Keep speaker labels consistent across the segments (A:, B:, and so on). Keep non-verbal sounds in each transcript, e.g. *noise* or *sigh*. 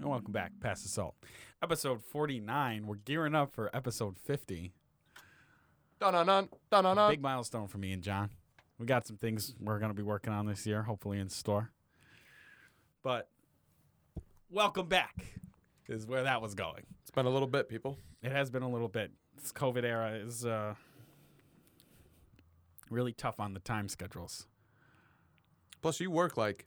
A: welcome back, Past Assault. Episode 49. We're gearing up for episode 50.
B: Dun dun dun dun dun. dun.
A: Big milestone for me and John. We got some things we're going to be working on this year, hopefully in store. But welcome back is where that was going.
B: It's been a little bit, people.
A: It has been a little bit. This COVID era is uh, really tough on the time schedules.
B: Plus, you work like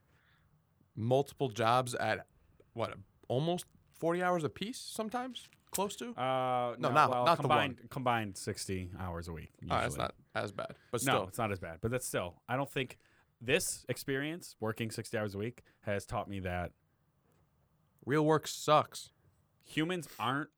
B: multiple jobs at what almost forty hours a piece sometimes, close to.
A: Uh,
B: No, not-
A: well,
B: not the
A: combined, combined 60 hours a week.
B: All right, it's
A: usually.
B: not as bad, but
A: No,
B: still,
A: it's not as bad. But that's still, I don't think this experience working 60 hours a week has taught me that
B: real work sucks.
A: humans aren't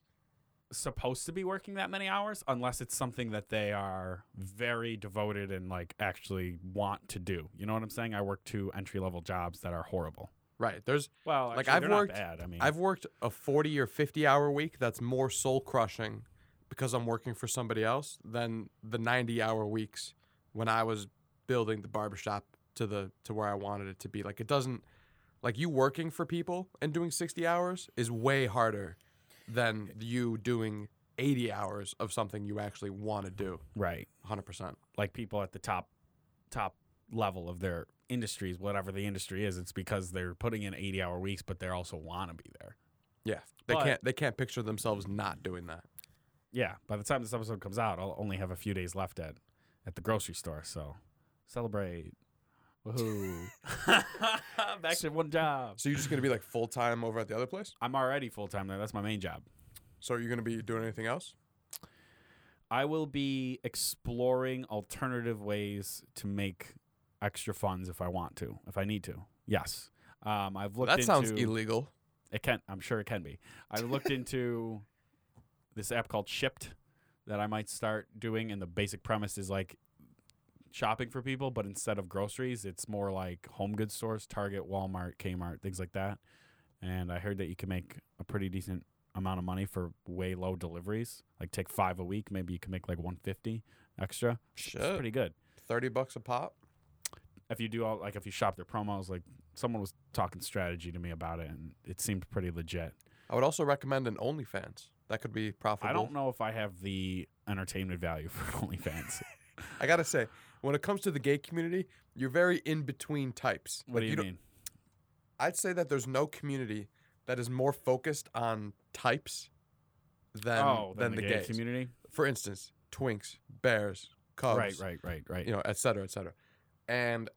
A: supposed to be working that many hours unless it's something that they are very devoted and like actually want to do. You know what I'm saying? I work two entry level jobs that are horrible.
B: Right? There's
A: Well,
B: Like,
A: actually,
B: I've
A: they're
B: worked-
A: not bad. I mean,
B: I've worked a forty or fifty hour week that's more soul crushing because I'm working for somebody else than the ninety hour weeks when I was building the barbershop to the to where I wanted it to be. Like it doesn't like you working for people and doing sixty hours is way harder than you doing eighty hours of something you actually want to do.
A: right.
B: Hundred percent.
A: like people at the top top level of their industries, whatever the industry is, it's because they're putting in 80 hour weeks, but they also want to be there.
B: Yeah. They
A: But-
B: can't they can't picture themselves not doing that.
A: Yeah. By the time this episode comes out, I'll only have a few days left at at the grocery store. So celebrate. *laughs* Woohoo. Back to one job.
B: So you're just gonna be like full time over at the other place?
A: I'm already full time there. That's my main job.
B: So are you gonna be doing anything else?
A: I will be exploring alternative ways to make extra funds if I want to, if I need to. Yes. Um, I've looked
B: That
A: into
B: sounds illegal.
A: It can. I'm sure it can be. I looked into this app called Shipped that I might start doing, and the basic premise is like shopping for people, but instead of groceries, it's more like home goods stores, Target, Walmart, Kmart, things like that. And I heard that you can make a pretty decent amount of money for way low deliveries. Like take five a week, maybe you can make like 150 extra. It's
B: Shit.
A: pretty good
B: Thirty bucks a pop.
A: if you do all like if you shop their promos. Like someone was talking strategy to me about it, and it seemed pretty legit.
B: I would also recommend an OnlyFans. That could be profitable.
A: I don't know if I have the entertainment value *laughs* for OnlyFans.
B: I gotta say, when it comes to the gay community, you're very in between types.
A: what
B: Like,
A: do you,
B: don't-
A: mean?
B: I'd say that there's no community that is more focused on types than
A: oh,
B: than,
A: then
B: the,
A: the, gay
B: gays.
A: community.
B: For instance, twinks, bears, cubs,
A: Right, right, right, right.
B: you know, et cetera, et cetera. And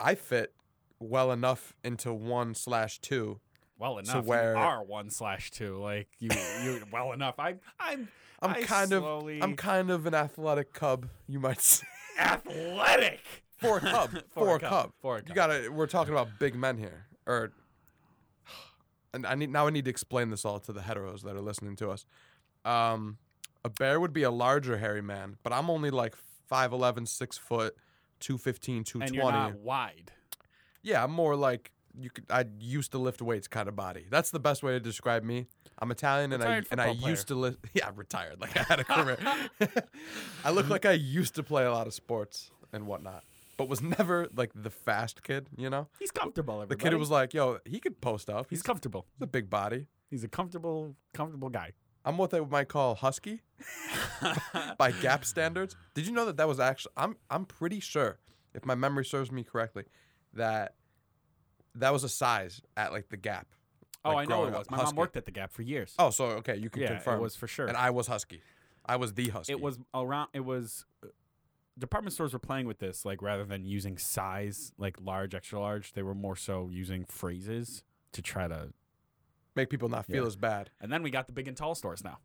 B: I fit well enough into one slash two.
A: well enough.
B: where-
A: you are one slash two. Like you, you well enough. I, I'm,
B: I'm
A: I
B: kind
A: slowly-
B: of I'm kind of an athletic cub, you might *laughs* say.
A: athletic. *laughs*
B: For a cub. for, a cub.
A: For a
B: You
A: cub.
B: gotta we're talking about big men here. Or and I need now I need to explain this all to the heteros that are listening to us. Um a bear would be a larger hairy man, but I'm only like 5'11", 6 foot, 215,
A: and
B: 220.
A: you're not wide.
B: Yeah, I'm more like you could. I used to lift weights kind of body. That's the best way to describe me. I'm Italian and
A: Retired
B: I and I
A: football
B: used to lift. *laughs* Yeah, I'm retired. Like I had
A: *laughs*
B: a career. *laughs* I look like I used to play a lot of sports and whatnot, but was never like the fast kid. You know,
A: He's comfortable.
B: the
A: Everybody.
B: kid who was like, "Yo, he could post up.
A: He's
B: He's,
A: comfortable.
B: he's a big body."
A: He's a comfortable, comfortable guy. *laughs*
B: I'm what they might call husky *laughs* by
A: *sighs*
B: Gap standards. Did you know that that was actually? I'm I'm pretty sure, if my memory serves me correctly, that that was a size at like the Gap.
A: Oh,
B: like,
A: I know
B: growing
A: it was.
B: up,
A: My
B: husky.
A: mom worked at the Gap for years.
B: Oh, so okay, you can
A: yeah,
B: confirm.
A: it was for sure.
B: and I was husky. I was the husky.
A: it was around it was uh, department stores were playing with this like rather than using size like large extra large they were more so using phrases to try to
B: make people not feel
A: Yeah.
B: as bad.
A: and then we got the big and tall stores now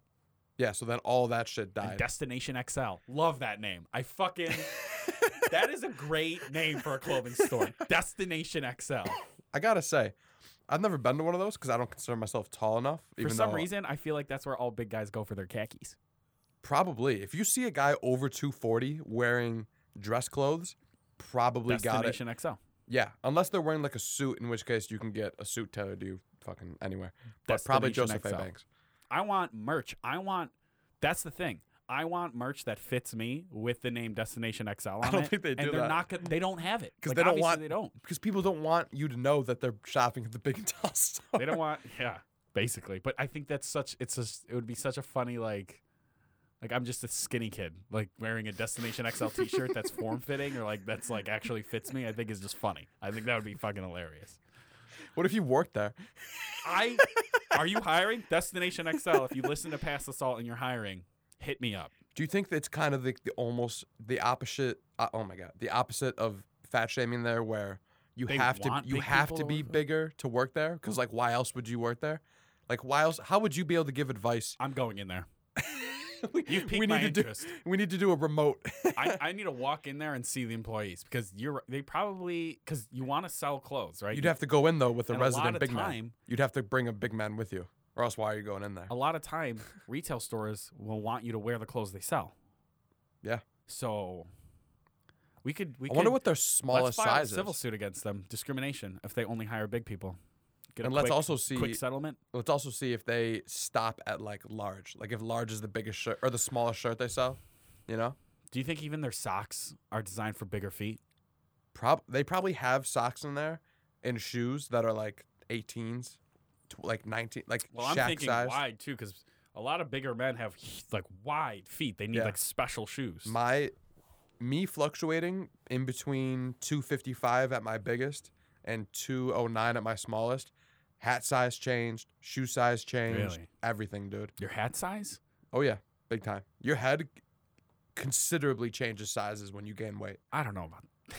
B: Yeah. So then all that shit
A: and
B: died.
A: destination xl love that name i fucking that is a great name for a clothing *laughs* store destination xl
B: I gotta say, I've never been to one of those because I don't consider myself tall enough.
A: for
B: even
A: some
B: though-
A: reason i feel like that's where all big guys go for their khakis
B: probably if you see a guy over 240 wearing dress clothes, probably got it.
A: destination xl
B: Yeah, unless they're wearing like a suit, in which case you can get a suit tailored to you fucking anywhere. But probably
A: Destination
B: Joseph A.
A: XL.
B: Banks.
A: I want merch. I want. That's the thing. I want merch that fits me with the name Destination XL on
B: don't
A: it.
B: think they
A: and
B: do
A: they're
B: that.
A: not. Gonna, they don't have it
B: 'Cause
A: Like,
B: they don't
A: obviously
B: *laughs* want-
A: They don't.
B: Because people don't want you to know that they're shopping at the big and tall *laughs* store.
A: They don't want. Yeah. basically. But I think that's such it's just it would be such a funny like like I'm just a skinny kid like wearing a Destination XL t-shirt that's form fitting or like that's like actually fits me. I think is just funny. I think that would be fucking hilarious.
B: What if you worked there?
A: I are you hiring Destination XL? If you listen to Past Assault and you're hiring, hit me up.
B: Do you think that's kind of the, the almost the opposite? Uh, oh my god, the opposite of fat shaming there, where you
A: They
B: have to
A: want
B: you
A: big
B: have
A: people
B: to
A: to work
B: be
A: there?
B: bigger to work there? Because like, why else would you work there? Like, why else? How would you be able to give advice? *laughs*
A: I'm going in there.
B: we,
A: You piqued my
B: need to
A: interest.
B: do we need to do a remote. *laughs*
A: I, I need to walk in there and see the employees because you're they probably because you want to sell clothes, right?
B: You'd have to go in though with a
A: And
B: resident
A: lot of
B: big man.
A: time, Uh,
B: You'd have to bring a big man with you, or else why are you going in there?
A: a lot of time retail stores will want you to wear the clothes they sell.
B: Yeah.
A: So we could we
B: I wonder
A: could,
B: what their
A: let's
B: smallest
A: file
B: size
A: a civil
B: is.
A: suit against them discrimination if they only hire big people. Get
B: And
A: a
B: let's
A: quick,
B: also see
A: quick settlement.
B: let's also see if they stop at like large. Like if large is the biggest shirt or the smallest shirt they sell, you know?
A: Do you think even their socks are designed for bigger feet?
B: Prob they probably have socks in there and shoes that are like 18s, tw- like 19, like
A: Well, I'm
B: shack
A: thinking
B: size.
A: wide too because a lot of bigger men have like wide feet. They need
B: Yeah.
A: like special shoes.
B: My me fluctuating in between 255 at my biggest and 209 at my smallest. Hat size changed, shoe size changed,
A: Really?
B: everything, dude.
A: Your hat size?
B: Oh yeah, big time. Your head considerably changes sizes when you gain weight.
A: I don't know about. *laughs* I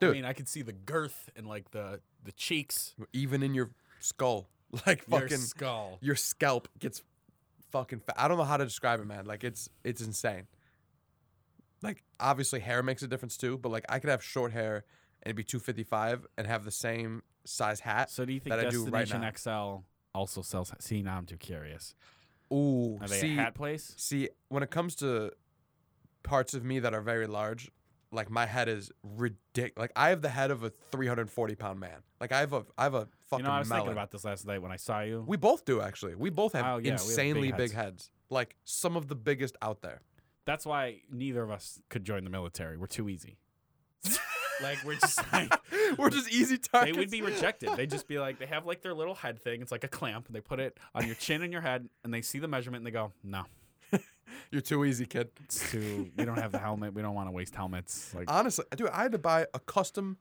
B: Dude.
A: mean, I could see the girth and like the the cheeks,
B: even in your skull. *laughs* Like
A: your
B: fucking *laughs*
A: skull.
B: your scalp gets fucking fat. I don't know how to describe it, man. Like it's it's insane. Like obviously hair makes a difference too, but like I could have short hair and be 255 and have the same size hat.
A: So do you think
B: that I do
A: Destination
B: right now.
A: XL also sells? See, now I'm too curious.
B: Ooh,
A: Are they
B: see
A: a hat place?
B: see when it comes to parts of me that are very large, like my head is ridiculous. Like I have the head of a 340 pound man. Like I have a I have a
A: You
B: fucking
A: know, I was
B: melon.
A: thinking about this last night when I saw you.
B: We both do actually. We both have
A: Oh, yeah, we have big
B: insanely big,
A: heads.
B: heads. Like some of the biggest out there.
A: That's why neither of us could join the military. We're too
B: *laughs*
A: easy. like we're just like
B: We're just easy
A: they
B: targets.
A: would be rejected. They'd just be like they have like their little head thing. It's like a clamp. They put it on your chin and your head, and they see the measurement and they go, "No,
B: You're too easy, kid.
A: it's too. We don't have the helmet. We don't want to waste helmets." Like
B: Honestly, dude, I had to buy a custom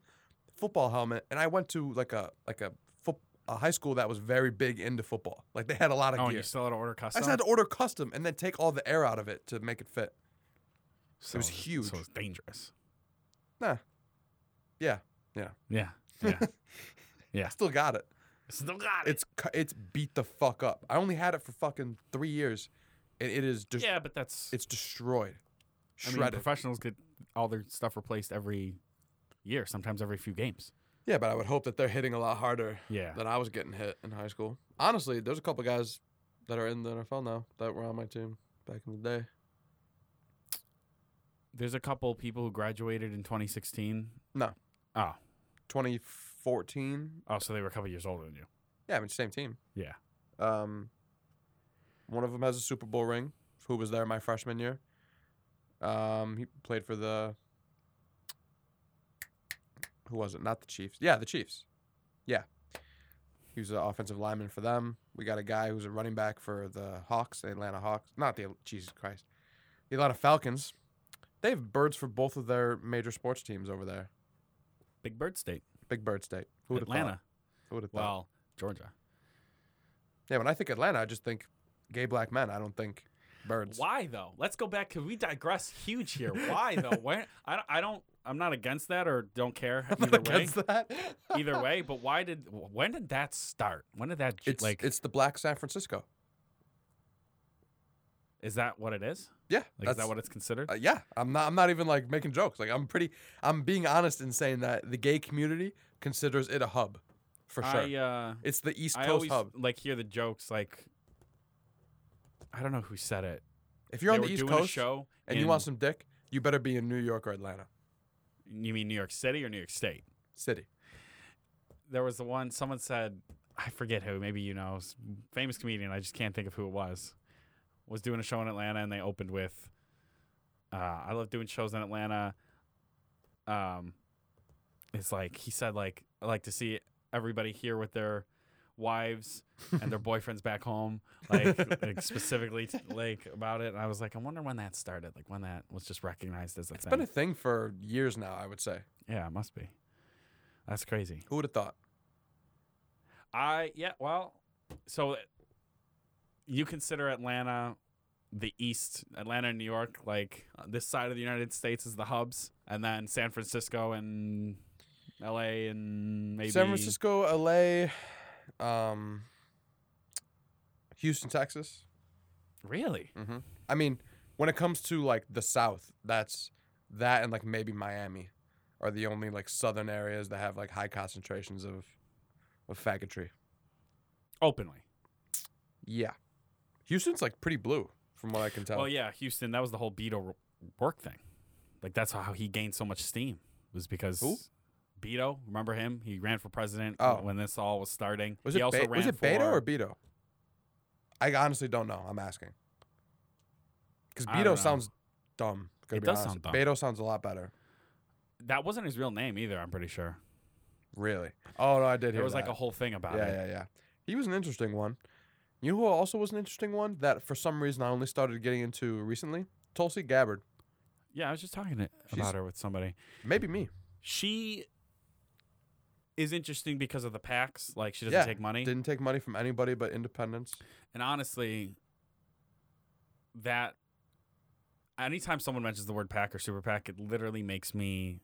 B: football helmet, and I went to like a like a foot a high school that was very big into football. Like they had a lot of
A: Oh, and
B: gear.
A: you still had to order
B: I
A: custom.
B: just had to order custom and then take all the air out of it to make it fit.
A: So
B: was
A: it's-
B: huge.
A: So it's dangerous.
B: Nah. Yeah.
A: Yeah.
B: *laughs*
A: Yeah.
B: Still got it.
A: Still got
B: It's cu- it's beat the fuck up. I only had it for fucking three years, and it is just
A: yeah, but that's.
B: it's destroyed,
A: I mean,
B: shredded.
A: professionals get all their stuff replaced every year, sometimes every few games.
B: Yeah, but I would hope that they're hitting a lot harder
A: Yeah.
B: than I was getting hit in high school. Honestly, there's a couple guys that are in the NFL now that were on my team back in the day.
A: There's a couple people who graduated in 2016.
B: No.
A: Oh.
B: 2014.
A: Oh, so they were a couple years older than you.
B: Yeah, I mean same team.
A: Yeah.
B: Um, one of them has a Super Bowl ring. Who was there my freshman year? Um, he played for the. Who was it? Not the Chiefs. Yeah, the Chiefs. Yeah. He was an offensive lineman for them. We got a guy who's a running back for the Hawks, the Atlanta Hawks. Not the Jesus Christ, the Atlanta Falcons. They have birds for both of their major sports teams over there.
A: Big Bird State,
B: Big Bird State. Who would have thought?
A: Atlanta.
B: Who would have thought?
A: Well, Georgia.
B: Yeah, when I think Atlanta, I just think gay black men. I don't think birds. *laughs*
A: Why though? Let's go back. Cause we digress huge here. Why
B: *laughs*
A: though? Where I, don't- I don't. I'm not against that or don't care
B: I'm
A: either
B: not
A: way.
B: against that.
A: *laughs* Either way, but why did? When did that start? When did that? j-
B: *laughs* It's
A: like,
B: like it's the black San Francisco.
A: is that what it is?
B: Yeah,
A: Like, is that what it's considered?
B: uh, yeah, I'm not. I'm not even like making jokes. Like I'm pretty. I'm being honest in saying that the gay community considers it a hub, for sure.
A: I uh,
B: it's the East
A: I
B: Coast
A: always
B: hub.
A: like hear the jokes. Like, I don't know who said it.
B: If you're
A: They
B: on the
A: were
B: East
A: doing a
B: Coast
A: show,
B: and you want
A: in-
B: some dick, you better be in New York or Atlanta
A: You mean New York City or New York State?
B: City.
A: There was the one someone said, I forget who. Maybe you know, s- famous comedian. I just can't think of who it was. Was doing a show in Atlanta and they opened with, uh, "I love doing shows in Atlanta." Um, it's like he said, like I like to see everybody here with their wives and
B: *laughs*
A: their boyfriends back home, like, like specifically t- like about it. And I was like, I wonder when that started, like when that was just recognized as a
B: It's
A: thing.
B: been a thing for years now, I would say.
A: yeah, it must be. That's crazy.
B: Who would have thought?
A: I yeah, well, so you consider Atlanta the East, Atlanta and New York, like uh, this side of the United States is the hubs, and then San Francisco and L.A. and maybe
B: San Francisco, LA, um, Houston, Texas.
A: Really?
B: Mm-hmm. I mean, when it comes to like the South, that's that and like maybe Miami are the only like southern areas that have like high concentrations of of faggotry.
A: Openly.
B: Yeah, Houston's like pretty blue from what I can tell.
A: Well, yeah, Houston. That was the whole Beto r- work thing. Like that's how he gained so much steam was because
B: Who?
A: Beto. Remember him? He ran for president
B: Oh.
A: when this all was starting.
B: Was
A: he
B: it
A: also
B: Be-
A: ran
B: was it
A: for,
B: Beto or Beto? I honestly don't know. I'm asking because
A: I don't know.
B: Beto sounds dumb. Gonna
A: It
B: be
A: does
B: honest.
A: sound dumb.
B: Beto sounds a lot better.
A: that wasn't his real name either. I'm pretty sure
B: Really? Oh no, I did.
A: there
B: hear
A: was like
B: that.
A: a whole thing about
B: yeah,
A: it.
B: yeah, yeah. He was an interesting one. You know who also was an interesting one that for some reason I only started getting into recently? Tulsi Gabbard.
A: Yeah, I was just talking to,
B: She's-
A: about her with somebody.
B: Maybe me.
A: She is interesting because of the packs. Like she doesn't
B: Yeah,
A: take money.
B: Didn't take money from anybody but independents.
A: And honestly, that anytime someone mentions the word pack or super pack, it literally makes me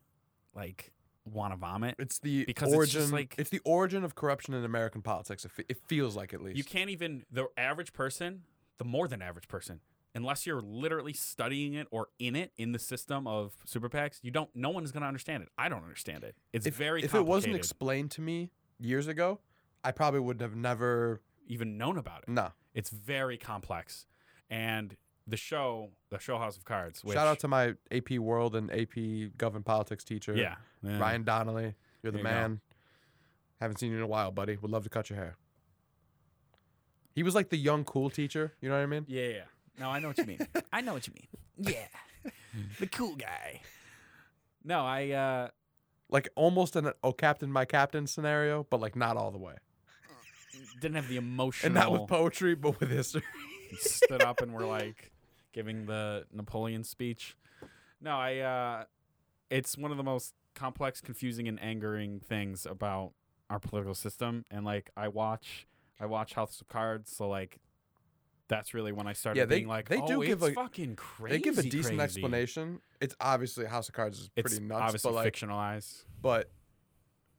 A: like want to vomit.
B: It's the
A: Because it's just
B: origin.
A: like-
B: it's the origin of corruption in American politics. It, fe- it feels like at least.
A: You can't even the average person, the more than average person, unless you're literally studying it or in it in the system of super packs, you don't. No one is going to understand it. I don't understand it. It's
B: if,
A: very
B: if it
A: complicated.
B: wasn't explained to me years ago, I probably would have never.
A: even known about it.
B: No.
A: It's very complex, and the show, the show House of Cards. Which,
B: Shout out to my AP World and AP Govern Politics teacher,
A: yeah, yeah.
B: Ryan Donnelly. You're
A: There
B: the
A: you go.
B: man. Haven't seen you in a while, buddy. Would love to cut your hair. He was like the young cool teacher. You know what I mean?
A: Yeah, yeah. yeah. No, I know what you mean. I know what you
B: *laughs*
A: mean. Yeah. the cool guy. No, I uh
B: Like almost an "Oh Captain, my Captain" scenario, but like not all the way.
A: didn't have the
B: And not with
A: emotional
B: poetry, but with history.
A: stood up and were like giving the Napoleon speech. No, I uh it's one of the most complex, confusing and angering things about our political system and like I watch I watch House of Cards, so like that's really when I started
B: Yeah, they-
A: being like,
B: they
A: oh,
B: do give
A: it's
B: a-
A: fucking crazy.
B: they give a decent
A: crazy."
B: explanation. It's obviously House of Cards is pretty
A: It's
B: nuts,
A: obviously
B: but like,
A: fictionalized.
B: but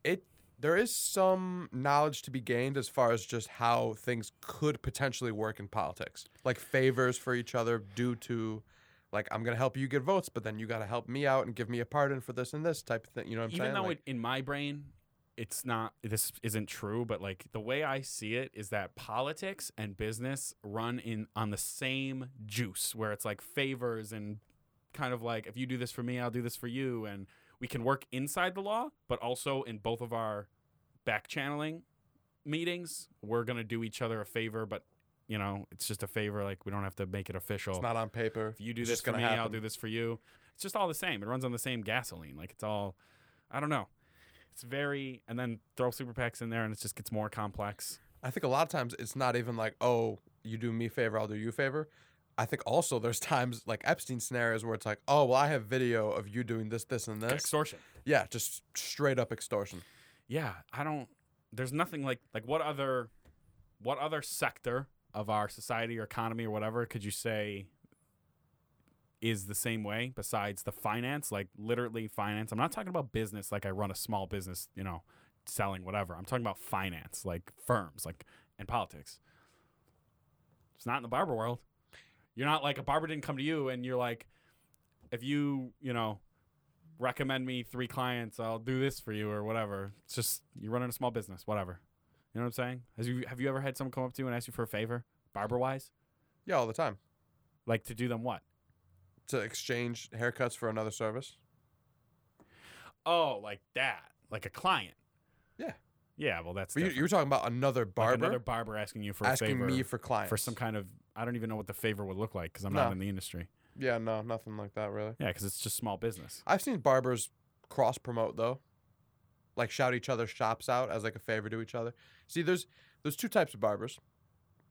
B: it there is some knowledge to be gained as far as just how things could potentially work in politics like favors for each other due to like i'm gonna help you get votes but then you gotta help me out and give me a pardon for this and this type of thing you know what i'm
A: even
B: saying
A: though
B: Like,
A: it, in my brain it's not this isn't true but like the way i see it is that politics and business run in on the same juice where it's like favors and kind of like if you do this for me i'll do this for you and we can work inside the law but also in both of our back channeling meetings we're going to do each other a favor but you know it's just a favor like we don't have to make it official
B: it's not on paper
A: if you do
B: It's
A: this
B: just
A: for
B: gonna
A: me, I'll
B: happen.
A: do this for you. It's just all the same. It runs on the same gasoline. Like it's all, I don't know. It's very, and then throw super packs in there, and it just gets more complex.
B: i think a lot of times it's not even like oh you do me favor i'll do you favor i think also there's *laughs* times like epstein scenarios where it's like oh well i have video of you doing this this and this
A: Extortion.
B: yeah just straight up extortion
A: Yeah, I don't. There's nothing like like what other, what other sector of our society or economy or whatever could you say is the same way besides the finance like literally finance i'm not talking about business like i run a small business you know selling whatever i'm talking about finance like firms like and politics it's not in the barber world you're not like a barber didn't come to you and you're like if you you know recommend me three clients i'll do this for you or whatever it's just you're running a small business whatever you know what i'm saying Has you, have you ever had someone come up to you and ask you for a favor barber wise
B: yeah all the time
A: like to do them what
B: to exchange haircuts for another service.
A: Oh, like that, like a client.
B: Yeah.
A: Yeah. Well, that's
B: But you,
A: different.
B: you were talking about another
A: Like
B: barber
A: another barber asking you for a
B: asking
A: favor
B: me for clients.
A: for some kind of. I don't even know what the favor would look like because I'm not
B: No.
A: in the industry.
B: Yeah, no, nothing like that really.
A: Yeah, because it's just small business.
B: I've seen barbers cross promote though, like shout each other's shops out as like a favor to each other. See, there's There's two types of barbers.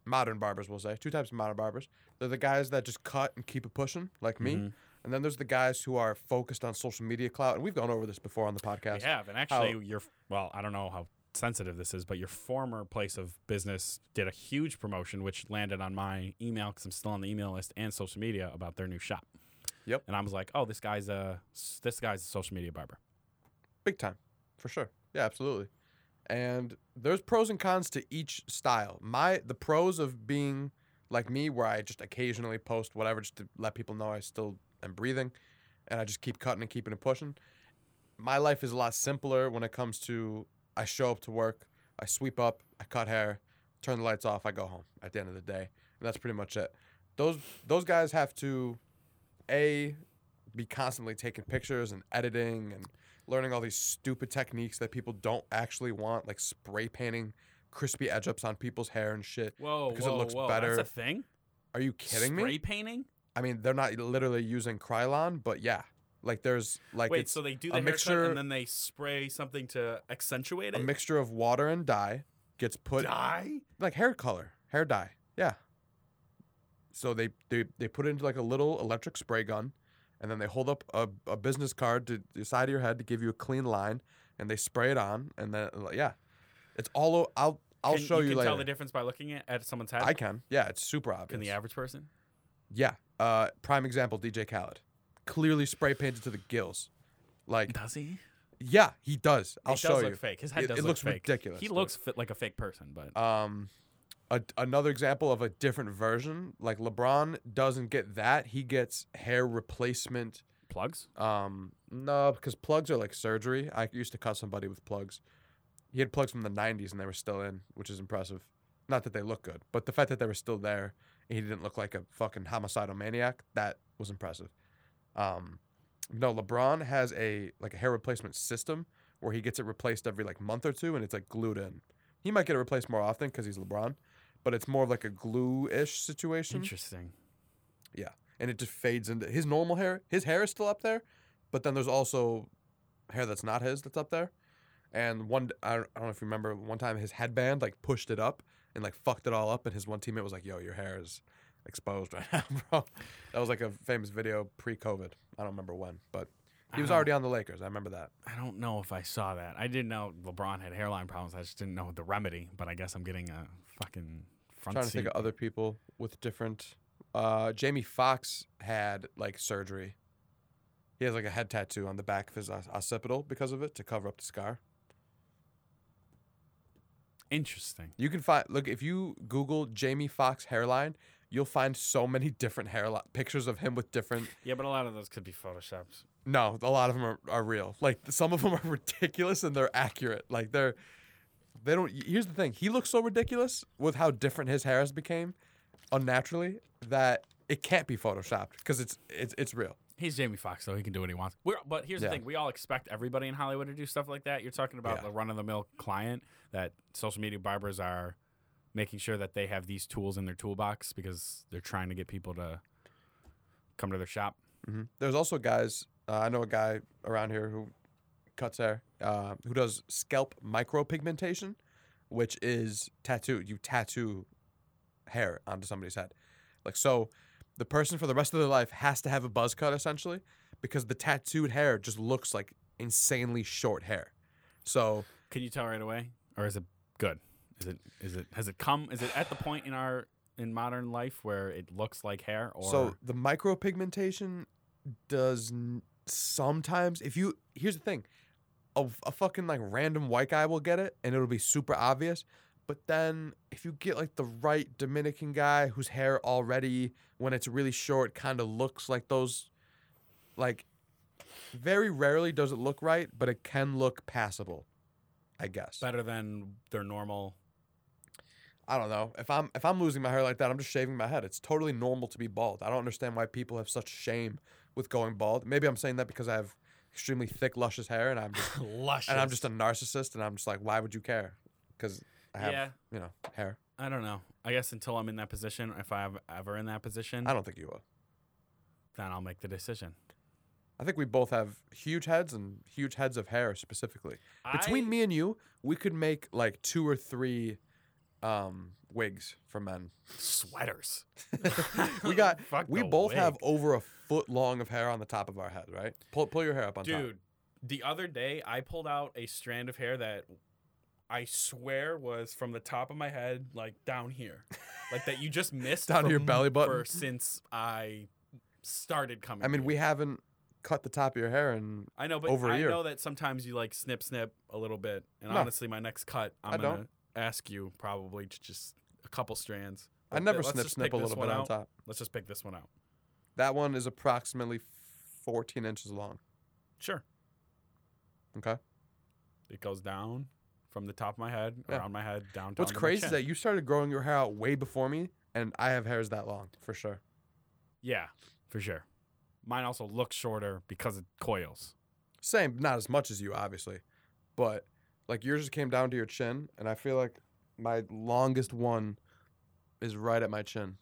B: Modern barbers, we'll say. Two types of modern barbers. They're the guys that just cut and keep it pushing, like me.
A: Mhm.
B: And then there's the guys who are focused on social media clout. And we've gone over this before on the podcast.
A: We have, and actually, your well, I don't know how sensitive this is, but your former place of business did a huge promotion, which landed on my email because I'm still on the email list and social media about their new shop.
B: Yep.
A: And I was like, oh, this guy's a s- this guy's a social media barber.
B: Big time, for sure. Yeah, absolutely. And there's pros and cons to each style. My the pros of being like me, where I just occasionally post whatever just to let people know I still am breathing, and I just keep cutting and keeping and pushing. My life is a lot simpler when it comes to I show up to work, I sweep up, I cut hair, turn the lights off, I go home at the end of the day, and that's pretty much it. Those those guys have to a be constantly taking pictures and editing and learning all these stupid techniques that people don't actually want, like spray painting crispy edge ups on people's hair and shit.
A: Whoa,
B: Because it whoa, looks whoa, that's better. a
A: That's a thing.
B: Are you kidding
A: Spray
B: me?
A: painting.
B: I mean, they're not literally using Krylon, but yeah, like there's like
A: Wait,
B: it's
A: so they do
B: a
A: the haircut
B: mixture-
A: and then they spray something to accentuate
B: a
A: it.
B: mixture of water and dye gets put
A: Dye.
B: like hair color, hair dye. Yeah. So they they, they put it into like a little electric spray gun, and then they hold up a, a business card to the side of your head to give you a clean line, and they spray it on, and then like, yeah, it's all. o- I'll I'll
A: Can-
B: show you,
A: you can
B: later.
A: tell the difference by looking at, at someone's head.
B: I can. Yeah, it's super obvious.
A: can the average person?
B: yeah. Uh, prime example: DJ Khaled, clearly spray painted to the gills. Like,
A: Does he?
B: yeah, he does. I'll
A: it
B: show
A: does
B: you.
A: look fake. His head
B: It-
A: does
B: it
A: look
B: looks
A: fake.
B: ridiculous,
A: He
B: but-
A: looks fit like a fake person, but
B: Um, a, another example of a different version, like LeBron doesn't get that. He gets hair replacement.
A: plugs.
B: Um, no, because plugs are like surgery. I used to cut somebody with plugs. He had plugs from the 90s and they were still in, which is impressive. Not that they look good, but the fact that they were still there and he didn't look like a fucking homicidal maniac, that was impressive. Um, no, LeBron has a like a hair replacement system where he gets it replaced every like month or two and it's like glued in. He might get it replaced more often because he's LeBron, but it's more of like a glue-ish
A: Mm-hmm.
B: situation
A: Interesting.
B: and it just fades into his normal hair. His hair is still up there, but then there's also hair that's not his that's up there. And one, I don't, I don't know if you remember, one time his headband like pushed it up and like fucked it all up, and his one teammate was like, "Yo, your hair is exposed right *laughs* now, bro." That was like a famous video pre-COVID. I don't remember when, but he
A: I
B: was
A: don't-
B: already on the Lakers. I remember that.
A: I don't know if I saw that. I didn't know LeBron had hairline problems. I just didn't know the remedy. But I guess I'm getting a fucking front
B: trying to
A: seat.
B: think of other people with different. Uh, Jamie Foxx had like surgery. He has like a head tattoo on the back of his os- occipital because of it to cover up the scar.
A: Interesting.
B: You can find look if you Google Jamie Foxx hairline, you'll find so many different hairline pictures of him with different.
A: Yeah, but a lot of those could be photoshops.
B: No, a lot of them are, are real. Like some of them are *laughs* ridiculous and they're accurate. Like they're they don't. Here's the thing: he looks so ridiculous with how different his hairs became, unnaturally, that it can't be photoshopped because it's it's it's real.
A: He's Jamie Foxx, though. He can do what he wants. We're, but here's
B: Yeah.
A: the thing: we all expect everybody in Hollywood to do stuff like that. You're talking about
B: Yeah.
A: the run-of-the-mill client that social media barbers are making sure that they have these tools in their toolbox because they're trying to get people to come to their shop.
B: hmm There's also guys. Uh, I know a guy around here who cuts hair, uh, who does scalp micropigmentation, which is tattoo. You tattoo hair onto somebody's head, like so. The person for the rest of their life has to have a buzz cut essentially, because the tattooed hair just looks like insanely short hair. So
A: Can you tell right away, or is it good? Is it is it has it come? Is it at the point in our in modern life where it looks like hair? Or
B: So the micropigmentation does n- sometimes if you here's the thing, a, a fucking like random white guy will get it and it'll be super obvious. But then if you get like the right Dominican guy whose hair already when it's really short kind of looks like those, like very rarely does it look right, but it can look passable, I guess.
A: better than their normal.
B: I don't know. If I'm if I'm losing my hair like that, I'm just shaving my head. It's totally normal to be bald. I don't understand why people have such shame with going bald. Maybe I'm saying that because I have extremely thick, luscious hair, and I'm just,
A: Luscious.
B: and I'm just a narcissist, and I'm just like, why would you care? Because I have
A: yeah.
B: you know hair.
A: I don't know. I guess until I'm in that position, if I'm ever in that position,
B: I don't think you will.
A: then I'll make the decision.
B: I think we both have huge heads and huge heads of hair specifically. Between
A: I-
B: me and you, we could make like two or three um, wigs for men.
A: *laughs* Sweaters.
B: *laughs*
A: *laughs*
B: We got
A: Fuck
B: we
A: the
B: both have
A: wig.
B: over a foot long of hair on the top of our head, right? Pull pull your hair up on top.
A: Dude, the other day I pulled out a strand of hair that I swear was from the top of my head, like down here, like that you
B: *laughs*
A: just missed
B: Down to your
A: from-
B: belly button?
A: for- since I started coming.
B: I mean,
A: here.
B: we haven't cut the top of your hair and
A: I know, but
B: over a
A: I
B: year.
A: know that sometimes you like snip, snip a little bit. And
B: No.
A: honestly, my next cut, I'm
B: I
A: gonna
B: don't.
A: ask you probably to just a couple strands.
B: I
A: But
B: never
A: let's
B: snip
A: just
B: snip
A: pick
B: a
A: this
B: little
A: one
B: bit on
A: out.
B: top.
A: Let's just pick this one out.
B: That one is approximately 14 inches long.
A: Sure.
B: Okay.
A: It goes down from the top of my head,
B: Yeah.
A: around my head, down.
B: What's
A: down to my
B: crazy is
A: chin.
B: that you started growing your hair out way before me, and I have hairs that long for sure.
A: Yeah, for sure. Mine also looks shorter because it coils.
B: Same, not as much as you, obviously, but like yours just came down to your chin, and I feel like my longest one is right at my chin.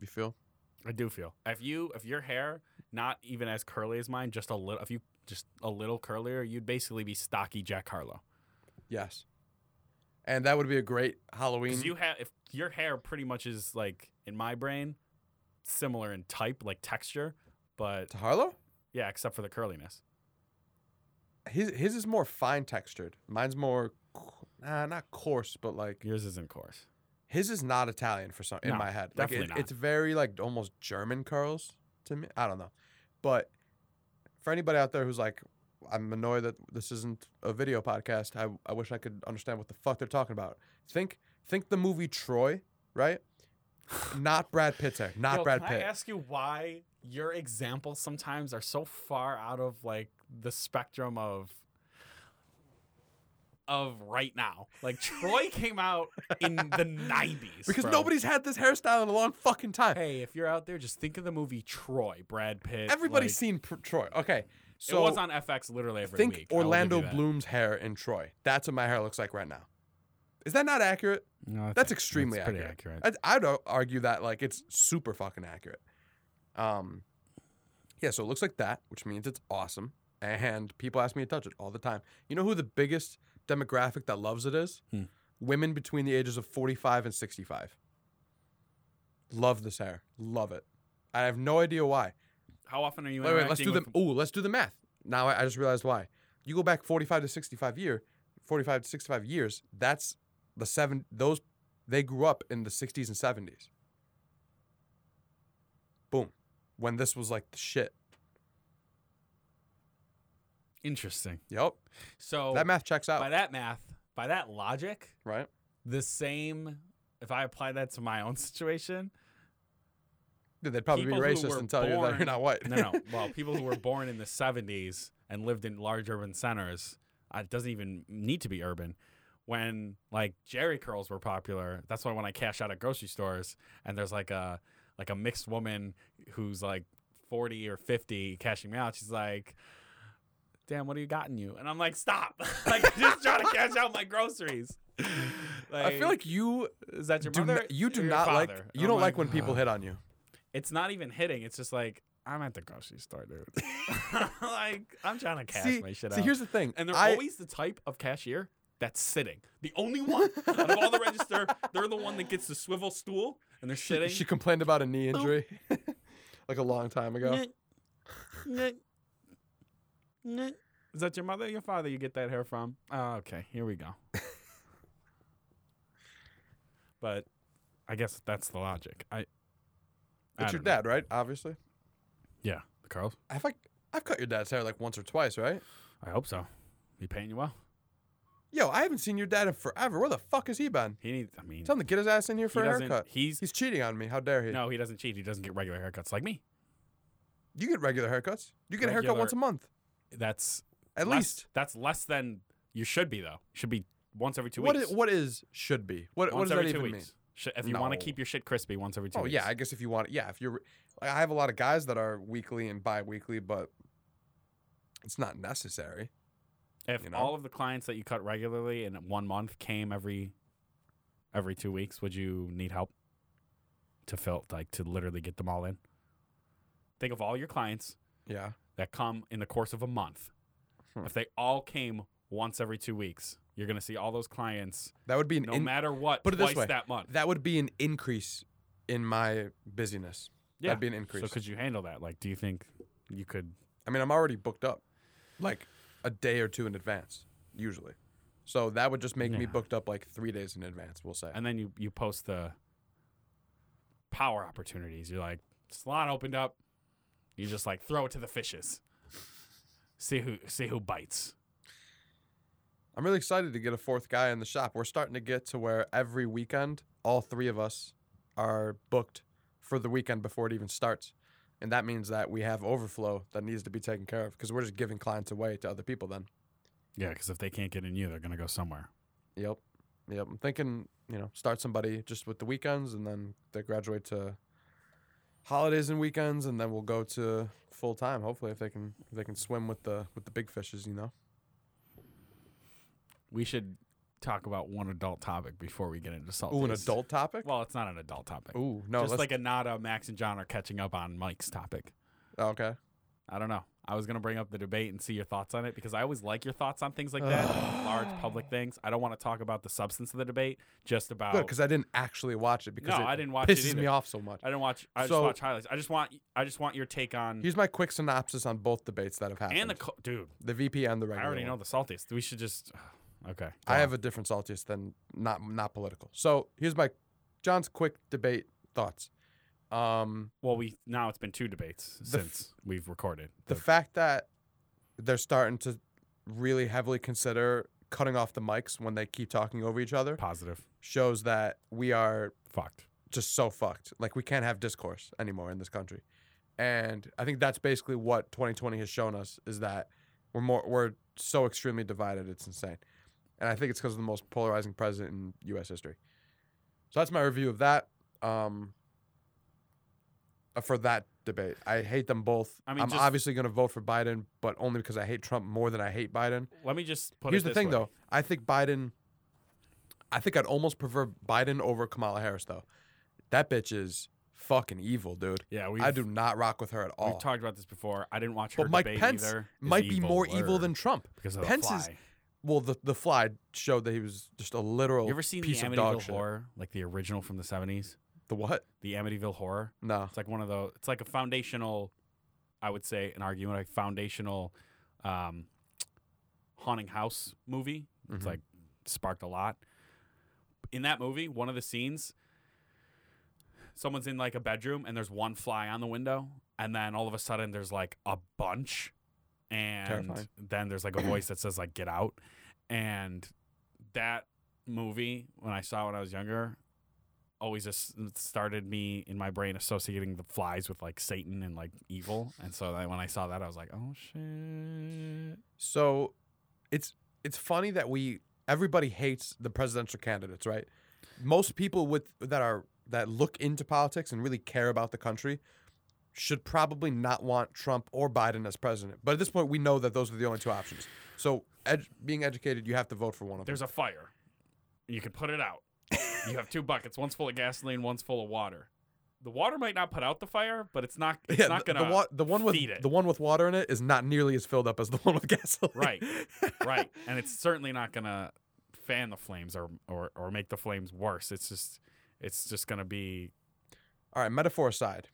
B: You feel?
A: I do feel if you if your hair not even as curly as mine, just a little if you just a little curlier, you'd basically be stocky Jack Harlow.
B: Yes. And that would be a great Halloween.
A: Because you have if your hair pretty much is like in my brain similar in type, like texture, but
B: to Harlow?
A: yeah, except for the curliness.
B: His his is more fine textured. Mine's more, co- nah, not coarse, but like
A: Yours isn't coarse.
B: His is not Italian for some in
A: No,
B: my head. like,
A: definitely
B: it-
A: not.
B: It's very like almost German curls to me. I don't know, but for anybody out there who's like, I'm annoyed that this isn't a video podcast. I, I wish I could understand what the fuck they're talking about. Think think the movie Troy,
A: *sighs*
B: right? not Brad Pitt's hair. Not
A: Yo,
B: Brad
A: can
B: Pitt.
A: I ask you why your examples sometimes are so far out of like the spectrum of of right now? Like
B: *laughs*
A: Troy came out in the nineties.
B: because nobody's had this hairstyle in a long fucking time.
A: Hey, if you're out there, just think of the movie Troy, Brad Pitt.
B: Everybody's
A: like,
B: seen pr- Troy. Okay, so
A: it was on FX literally every
B: think
A: week. I will give
B: Orlando
A: you that.
B: Bloom's hair in Troy. That's what my hair looks like right now. Is that not accurate?
A: No, I think
B: That's extremely
A: pretty
B: accurate. I'd, I'd ar- argue that like it's super fucking accurate. Um, yeah, so it looks like that, which means it's awesome, and people ask me to touch it all the time. You know who the biggest demographic that loves it is?
A: Hmm.
B: Women between the ages of forty-five and sixty-five. Love this hair, love it. I have no idea why.
A: How often are you?
B: Wait, wait, let's
A: interacting
B: do the
A: with-
B: ooh, let's do the math. Now I, I just realized why. You go back forty-five to sixty-five year, forty-five to sixty-five years. That's the seven. Those they grew up in the sixties and seventies. Boom, when this was like the shit.
A: Interesting.
B: Yep,
A: So
B: that math checks out,
A: by that math, by that logic,
B: right?
A: the same. If I apply that to my own *laughs* situation,
B: Dude, they'd probably be
A: people who
B: racist
A: were
B: and tell you that you're
A: born-
B: *laughs* not white.
A: no, no. Well, people who were born in the 70s and lived in large urban centers, uh, it doesn't even need to be urban. When like Jerry curls were popular, that's why when I cash out at grocery stores and there's like a like a mixed woman who's like 40 or 50 cashing me out, she's like, "Damn, what do you got in you?" And I'm like, "Stop!" *laughs* like just trying to cash out my groceries.
B: *laughs* I feel like you
A: is that your
B: do
A: mother?
B: not, you do
A: or your
B: not like
A: father? Oh And
B: you
A: I'm
B: don't like when people
A: "Ugh."
B: hit on you.
A: it's not even hitting. It's just like I'm at the grocery store, dude.
B: *laughs*
A: *laughs* like I'm trying to cash
B: see,
A: my shit
B: see
A: out.
B: here's the thing,
A: and they're
B: I,
A: always the type of cashier that's sitting. The only one *laughs* out of all the register, they're the one that gets the swivel stool and they're sitting.
B: *laughs* She complained about a
A: Oh.
B: knee injury *laughs* like a long time ago.
A: Is that your mother or your father you get that hair from? Oh, okay, here we go.
B: *laughs*
A: but I guess that's the logic. I
B: It's your dad, right? Obviously.
A: Yeah. Carl.
B: Have I? I've cut your dad's hair like once or twice, right?
A: I hope so. He paying you well.
B: Yo, I haven't seen your dad in forever. Where the fuck has he been?
A: He needs I mean
B: Tell him to get his ass in here for
A: he
B: a
A: doesn't
B: haircut.
A: he's
B: He's cheating on me. How dare he?
A: No, he doesn't cheat. He doesn't get regular haircuts like me.
B: You get regular haircuts. You get a haircut
A: Regular-
B: once a month,
A: That's
B: at
A: less-
B: least.
A: That's less than you should be though. Should be once every two
B: What
A: weeks.
B: is, what is should be? What what
A: once
B: does that
A: every
B: even
A: two
B: mean?
A: weeks. Sh- if you want to
B: No.
A: keep your shit crispy, once every two.
B: Oh
A: weeks.
B: yeah, I guess if you want, yeah, if you're, like, I have a lot of guys that are weekly and bi-weekly, but it's not necessary.
A: If
B: you know?
A: all of the clients that you cut regularly in one month came every every two weeks, would you need help to fill like to literally get them all in? Think of all your clients
B: Yeah,
A: that come in the course of a month.
B: Hmm.
A: If they all came once every two weeks, You're gonna see all those clients
B: That would be an
A: no
B: in-
A: matter what
B: put it this
A: twice
B: way,
A: that month.
B: that would be an increase in my busyness.
A: yeah.
B: That'd be an
A: so
B: increase.
A: could you handle that? Like, do you think you could?
B: I mean, I'm already booked up, like a day or two in advance usually. So that would just make me
A: Yeah.
B: booked up like three days in advance. We'll say.
A: And then you you post the power opportunities. You're like slot opened up. You just like throw it to the fishes. See who see who bites.
B: I'm really excited to get a fourth guy in the shop. We're starting to get to where every weekend, all three of us are booked for the weekend before it even starts. And that means that we have overflow that needs to be taken care of because we're just giving clients away to other people then.
A: Yeah, because if they can't get in you, they're gonna go somewhere.
B: Yep. Yep. I'm thinking, you know, start somebody just with the weekends and then they graduate to holidays and weekends and then we'll go to full time, hopefully if they can if they can swim with the with the big fishes, you know.
A: We should talk about one adult topic before we get into salt.
B: Ooh, an
A: taste.
B: adult topic?
A: Well, it's not an adult topic.
B: Ooh, no,
A: just
B: let's,
A: like a Nada, Max, and John are catching up on Mike's topic.
B: oh, okay.
A: I don't know. I was gonna bring up the debate and see your thoughts on it because I always like your thoughts on things like
B: *sighs*
A: that, large public things. I don't want to talk about the substance of the debate, just about.
B: Good, because I didn't actually watch it because
A: No,
B: it
A: I didn't watch it
B: pisses me
A: either.
B: off so much.
A: I didn't watch. I
B: So-
A: just watch highlights. I just want. I just want your take on
B: Here's my quick synopsis on both debates that have happened.
A: and the co- dude.
B: the VP and the regular.
A: I already know
B: one.
A: the saltiest. We should just. *sighs* Okay. go
B: I
A: on.
B: have a different saltiest than not not political. So here's my John's quick debate thoughts. Um,
A: Well, we now it's been two debates
B: The f-
A: since we've recorded.
B: the fact that they're starting to really heavily consider cutting off the mics when they keep talking over each other
A: positive
B: shows that we are
A: fucked.
B: just so fucked. Like we can't have discourse anymore in this country. And I think that's basically what 2020 has shown us is that we're more we're so extremely divided it's insane. And I think it's because of the most polarizing president in US history. So that's my review of that um uh, for that debate. I hate them both. I
A: I mean,
B: am
A: just-
B: obviously going to vote for Biden, but only because I hate Trump more than I hate Biden.
A: Let me just put. it
B: Here's the
A: this
B: thing
A: way.
B: though. I think Biden I think I'd almost prefer Biden over Kamala Harris though. That bitch is fucking evil, dude.
A: Yeah, we.
B: I do not rock with her at all.
A: We've talked about this before. I didn't watch her
B: But Mike
A: debate
B: Pence
A: either. Is
B: Might be more
A: eviler
B: evil than Trump.
A: because of the
B: Pence is-
A: fly.
B: Well, the the fly showed that he was just a literal
A: You ever seen the
B: piece of dog
A: Amityville
B: shit.
A: horror, like the original from the seventies?
B: The what?
A: The Amityville horror.
B: No.
A: It's like one of the. It's like a foundational, I would say, an argument, like foundational, um, haunting house movie. It's
B: Mhm.
A: like sparked a lot. In that movie, one of the scenes, someone's in like a bedroom and there's one fly on the window, and then all of a sudden there's like a bunch, and
B: Terrifying.
A: then there's like a voice that says like get out, and that movie when I saw it when I was younger always just started me in my brain associating the flies with like Satan and like evil, and so then when I saw that I was like oh shit.
B: So it's it's funny that we everybody hates the presidential candidates, right? Most people with that are that look into politics and really care about the country should probably not want Trump or Biden as president. But at this point, we know that those are the only two options. So ed- being educated, you have to vote for one of
A: there's
B: them.
A: a fire. You can put it out. you
B: *laughs*
A: have two buckets. One's full of gasoline. One's full of water. The water might not put out the fire, but it's not. It's not
B: the,
A: gonna.
B: the, wa- the one with
A: feed it.
B: the one with water in it is not nearly as filled up as the *laughs* one with gasoline.
A: Right. *laughs*
B: *laughs*
A: right, and it's certainly not gonna fan the flames or, or or make the flames worse. It's just it's just gonna be
B: All right, metaphor aside.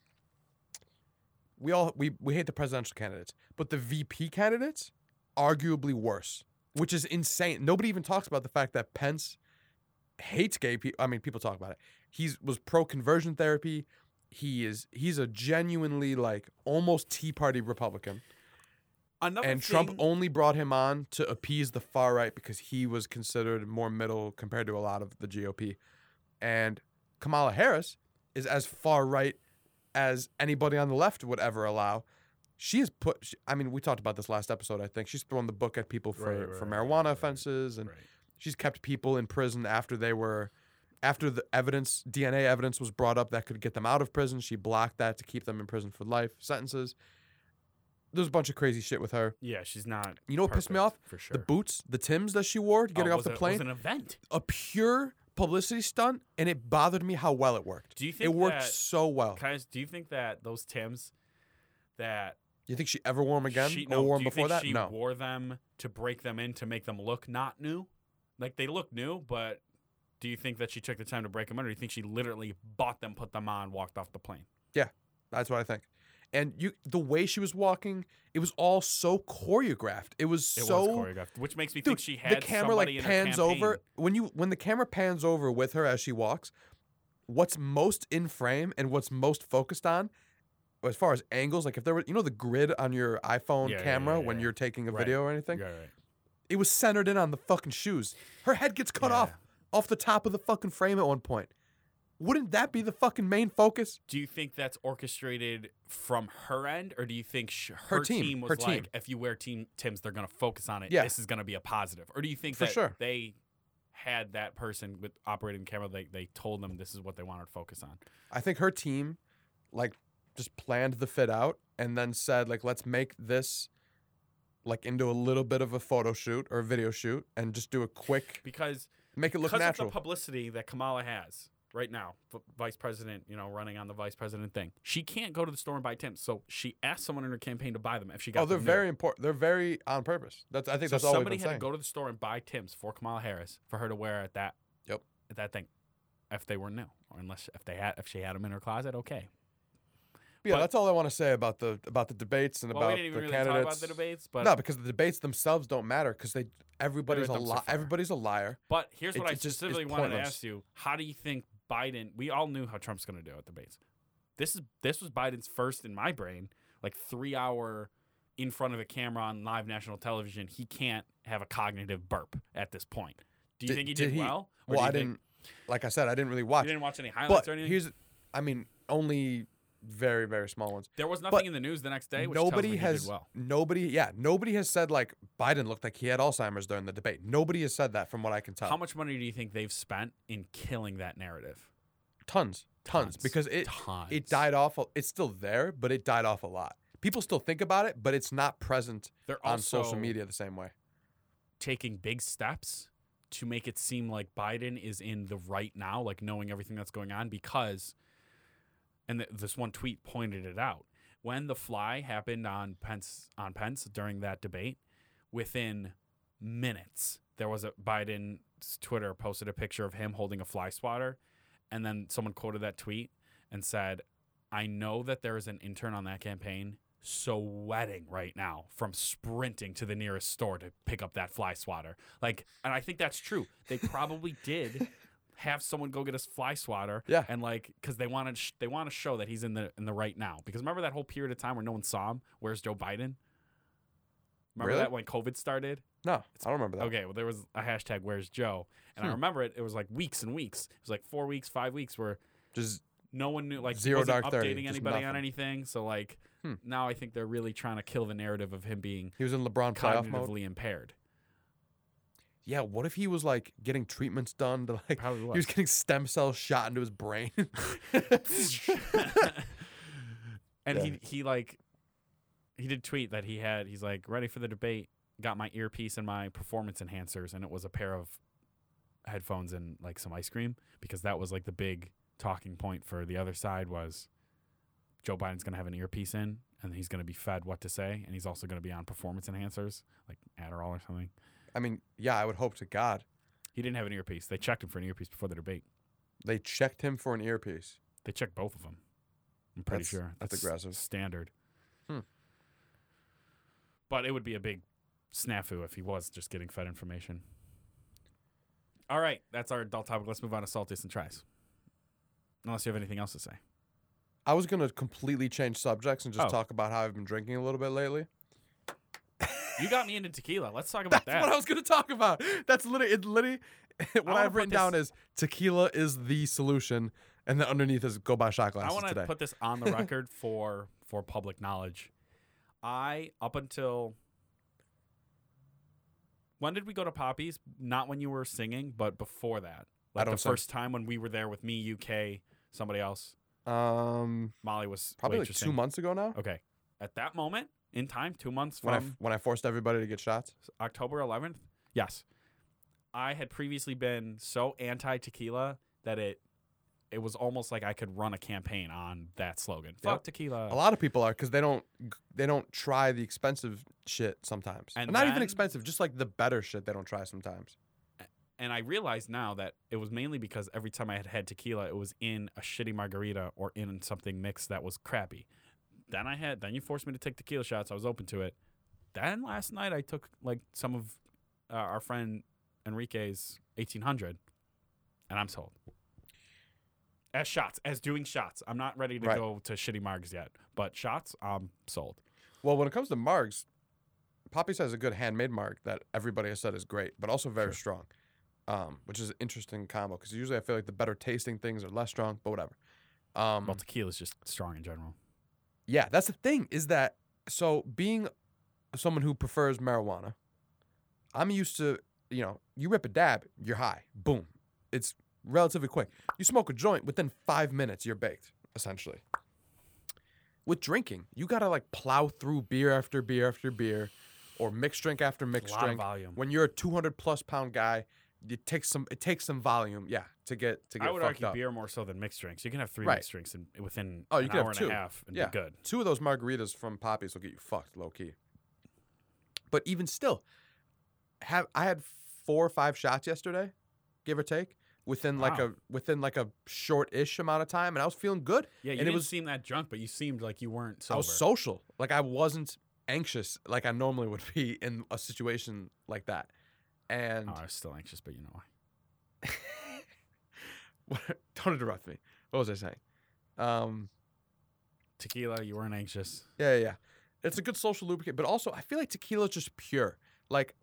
B: We all we, we hate the presidential candidates, but the VP candidates arguably worse, which is insane. Nobody even talks about the fact that Pence hates gay people. I mean, people talk about it. He's was pro conversion therapy. He is he's a genuinely like almost Tea Party Republican.
A: another.
B: and Trump only brought him on to appease the far right because he was considered more middle compared to a lot of the GOP. And Kamala Harris is as far right as anybody on the left would ever allow. She has put. sh I mean, we talked about this last episode. I think she's thrown the book at people for,
A: Right, right,
B: for
A: right,
B: marijuana
A: right,
B: offenses, and
A: Right.
B: she's kept people in prison after they were, after the evidence, DNA evidence was brought up that could get them out of prison. She blocked that to keep them in prison for life sentences. There's a bunch of crazy shit with her.
A: Yeah, she's not.
B: You know what pissed me off?
A: perfect, For sure.
B: The boots, the Tims that she wore to
A: Oh,
B: getting off
A: was
B: the
A: it-
B: plane,
A: It was an event.
B: a pure publicity stunt, and it bothered me how well it worked.
A: Do you think
B: It worked
A: that-
B: so well.
A: Can I just- do you think that those Tims that
B: You think she ever wore them again
A: She,
B: or
A: no,
B: wore
A: do
B: them
A: you
B: before
A: think
B: that?
A: She
B: No.
A: wore them to break them in to make them look not new. like they look new, but do you think that she took the time to break them in, or do you think she literally bought them, put them on, walked off the plane?
B: That's what I think. And you, the way she was walking, it was all so choreographed. It was
A: It
B: so
A: was choreographed, which makes me think
B: dude.
A: she had
B: the camera like
A: somebody in her
B: pans over
A: campaign.
B: when you when the camera pans over with her as she walks. What's most in frame and what's most focused on, as far as angles, like if there were you know the grid on your iPhone
A: Yeah, yeah,
B: camera
A: yeah, yeah,
B: when
A: yeah.
B: you're taking a
A: Right.
B: video or anything,
A: Yeah, right.
B: it was centered in on the fucking shoes. Her head gets cut off
A: Yeah.
B: off the top of the fucking frame at one point. Wouldn't that be the fucking main focus?
A: Do you think that's orchestrated from her end, or do you think sh- her,
B: Her team,
A: was
B: her
A: like,
B: team.
A: if you wear team Tim's, they're going to focus on it.
B: Yeah.
A: This is going to be a positive. Or do you think
B: For
A: that
B: sure.
A: they had that person with operating camera, they, they told them this is what they wanted to focus on?
B: I think her team, like, just planned the fit out and then said, like, let's make this, like, into a little bit of a photo shoot or a video shoot and just do a quick,
A: Because
B: make it look
A: because
B: natural.
A: of the publicity that Kamala has right now, v- vice president, you know, running on the vice president thing, she can't go to the store and buy Tim's. So she asked someone in her campaign to buy them if she got
B: oh, they're
A: them new.
B: very important. They're very on purpose. That's I think
A: so
B: that's all we've
A: somebody
B: been
A: had to
B: saying.
A: go to the store and buy Tim's for Kamala Harris for her to wear at that.
B: Yep.
A: At that thing, if they were new, or unless if they had if she had them in her closet, okay.
B: yeah,
A: but-
B: that's all I want to say about the about the debates and
A: well, we
B: about
A: didn't
B: the
A: even really
B: candidates.
A: talk about the debates, but
B: no, because the debates themselves don't matter because they everybody's a
A: dumps are
B: li-
A: fire.
B: everybody's a liar.
A: but here's
B: it-
A: what I
B: it just is
A: specifically wanted to
B: pointless.
A: ask you: How do you think Biden? We all knew how Trump's going to do at debates. This is this was Biden's first in my brain, like three hour in front of a camera on live national television. He can't have a cognitive burp at this point. Do you
B: Did-
A: think he
B: did
A: did,
B: he-
A: well? Or
B: Well,
A: do you
B: I
A: think-
B: didn't. Like I said, I didn't really watch.
A: You didn't watch any highlights
B: But
A: or anything.
B: here's, I mean, only very very small ones.
A: There was nothing
B: But
A: in the news the next day. Which tells me
B: nobody
A: he
B: has
A: did well.
B: nobody yeah nobody has said like biden looked like he had alzheimer's during the debate nobody has said that from what i can tell
A: How much money do you think they've spent in killing that narrative?
B: tons tons,
A: Tons.
B: because it
A: Tons.
B: it died off a- it's still there but it died off a lot people still think about it but it's not present
A: They're
B: on
A: also
B: social media the same way
A: taking big steps to make it seem like Biden is in the right now, like knowing everything that's going on. Because, and th- this one tweet pointed it out when the fly happened on Pence on Pence during that debate. Within minutes, there was a Biden's Twitter posted a picture of him holding a fly swatter, and then someone quoted that tweet and said, "I know that there is an intern on that campaign." Sweating right now from sprinting to the nearest store to pick up that fly swatter. Like, and I think that's true. They
B: *laughs*
A: probably did have someone go get a fly swatter.
B: Yeah.
A: and like because they wanted sh- they want to show that he's in the in the right now. Because remember that whole period of time where no one saw him. Where's Joe Biden? Remember
B: Really?
A: that when COVID started?
B: no i don't remember that
A: Okay, well, there was a hashtag Where's Joe, and I
B: Hmm.
A: remember it. It was like weeks and weeks. It was like four weeks, five weeks, where
B: just
A: no one knew, like,
B: Zero
A: wasn't
B: Dark
A: updating
B: Thirty, just
A: anybody on
B: nothing.
A: anything. So like,
B: Hmm.
A: now I think they're really trying to kill the narrative of him being
B: he was in lebron playoff mode
A: cognitively impaired.
B: yeah what if he was like getting treatments done to like
A: Probably
B: he was getting stem cells shot into his brain
A: *laughs*
B: *laughs*
A: and
B: Yeah.
A: he he like he did tweet that he had he's like ready for the debate got my earpiece and my performance enhancers and it was a pair of headphones and like some ice cream because that was like the big talking point for the other side was Joe Biden's going to have an earpiece in and he's going to be fed what to say and he's also going to be on performance enhancers like Adderall or something.
B: i mean yeah i would hope to god
A: He didn't have an earpiece. They checked him for an earpiece before the debate.
B: they checked him for an earpiece
A: They checked both of them. I'm pretty
B: That's-
A: sure
B: that's aggressive.
A: standard.
B: Hmm.
A: But it would be a big snafu if he was just getting fed information. All right, that's our adult topic. Let's move on to saltiest and tries. Unless you have anything else to say.
B: I was gonna completely change subjects and just
A: Oh.
B: talk about how I've been drinking a little bit lately.
A: You got me into tequila. Let's talk about
B: *laughs* That's
A: that.
B: what I was gonna talk about. *laughs* That's literally it. Literally, *laughs* what
A: wanna
B: I've
A: put
B: written
A: this-
B: down is tequila is the solution, and then underneath is go buy shot
A: I
B: glasses
A: want to
B: today.
A: put
B: *laughs*
A: this on the record for for public knowledge. I up until when did we go to Poppy's? Not when you were singing, but before that.
B: I
A: Like
B: don't
A: the
B: sing.
A: first time when we were there with me, UK, somebody else.
B: um,
A: Molly was
B: probably like
A: waitressing. Oh,
B: two months ago now
A: Okay, at that moment in time, two months
B: when I
A: from
B: when I forced everybody to get shots.
A: October 11th. Yes, I had previously been so anti tequila that it it was almost like I could run a campaign on that slogan. Fuck tequila.
B: A lot of people are because they don't they don't try the expensive shit sometimes,
A: And
B: not even
A: then-
B: expensive, just like the better shit they don't try sometimes.
A: and I realized now that it was mainly because every time I had had tequila, it was in a shitty margarita or in something mixed that was crappy. Then I had then you forced me to take tequila shots. I was open to it. Then last night I took like some of uh, our friend Enrique's 1800, and I'm sold. As shots, as doing shots. I'm not ready to
B: Right.
A: go to shitty margs yet, but shots, I'm sold.
B: Well, when it comes to margs, Poppy's has a good handmade marg that everybody has said is great, but also very
A: Sure.
B: strong, um, which is an interesting combo because usually I feel like the better tasting things are less strong, but whatever. Um,
A: Well, tequila's just strong in general.
B: yeah, that's the thing is that so being someone who prefers marijuana, I'm used to you know you rip a dab, you're high, boom, it's relatively quick. You smoke a joint within five minutes, you're baked essentially. With drinking, you gotta like plow through beer after beer after beer, or mixed drink after mixed
A: lot of
B: drink.
A: volume.
B: When you're a 200 plus pound guy, it takes some it takes some volume, yeah, to get to get
A: I would
B: fucked
A: argue
B: up.
A: beer more so than mixed drinks. You can have three
B: Right.
A: mixed drinks in, within
B: Oh, you
A: an
B: can have
A: hour and
B: two.
A: a half and
B: Yeah.
A: be good.
B: two of those margaritas from Poppy's will get you fucked, low key. But even still, have I had four or five shots yesterday, give or take, within like
A: Wow.
B: a within like a short-ish amount of time, and I was feeling good.
A: Yeah, you
B: And it
A: didn't
B: was-
A: seem that drunk, but you seemed like you weren't sober.
B: I was social, like I wasn't anxious, like I normally would be in a situation like that. And *laughs*
A: Oh, I was still anxious, but you know why.
B: don't interrupt me. What was I saying? Um,
A: Tequila, you weren't anxious.
B: Yeah, yeah. yeah. It's a good social lubricant, but also I feel like tequila is just pure. Like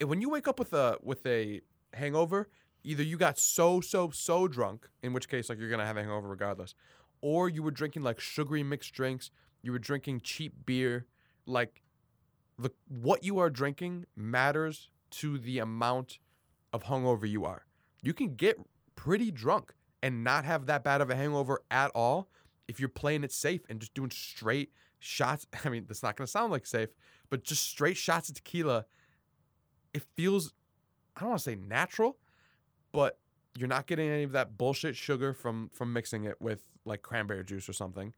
B: i- when you wake up with a with a hangover, either you got so so so drunk, in which case like you're gonna have a hangover regardless, or you were drinking like sugary mixed drinks, you were drinking cheap beer, like the what you are drinking matters to the amount of hungover you are. You can get pretty drunk and not have that bad of a hangover at all if you're playing it safe and just doing straight shots. *laughs* I mean, that's not going to sound like safe, but just straight shots of tequila. It feels, I don't want to say natural, but you're not getting any of that bullshit sugar from from mixing it with like cranberry juice or something.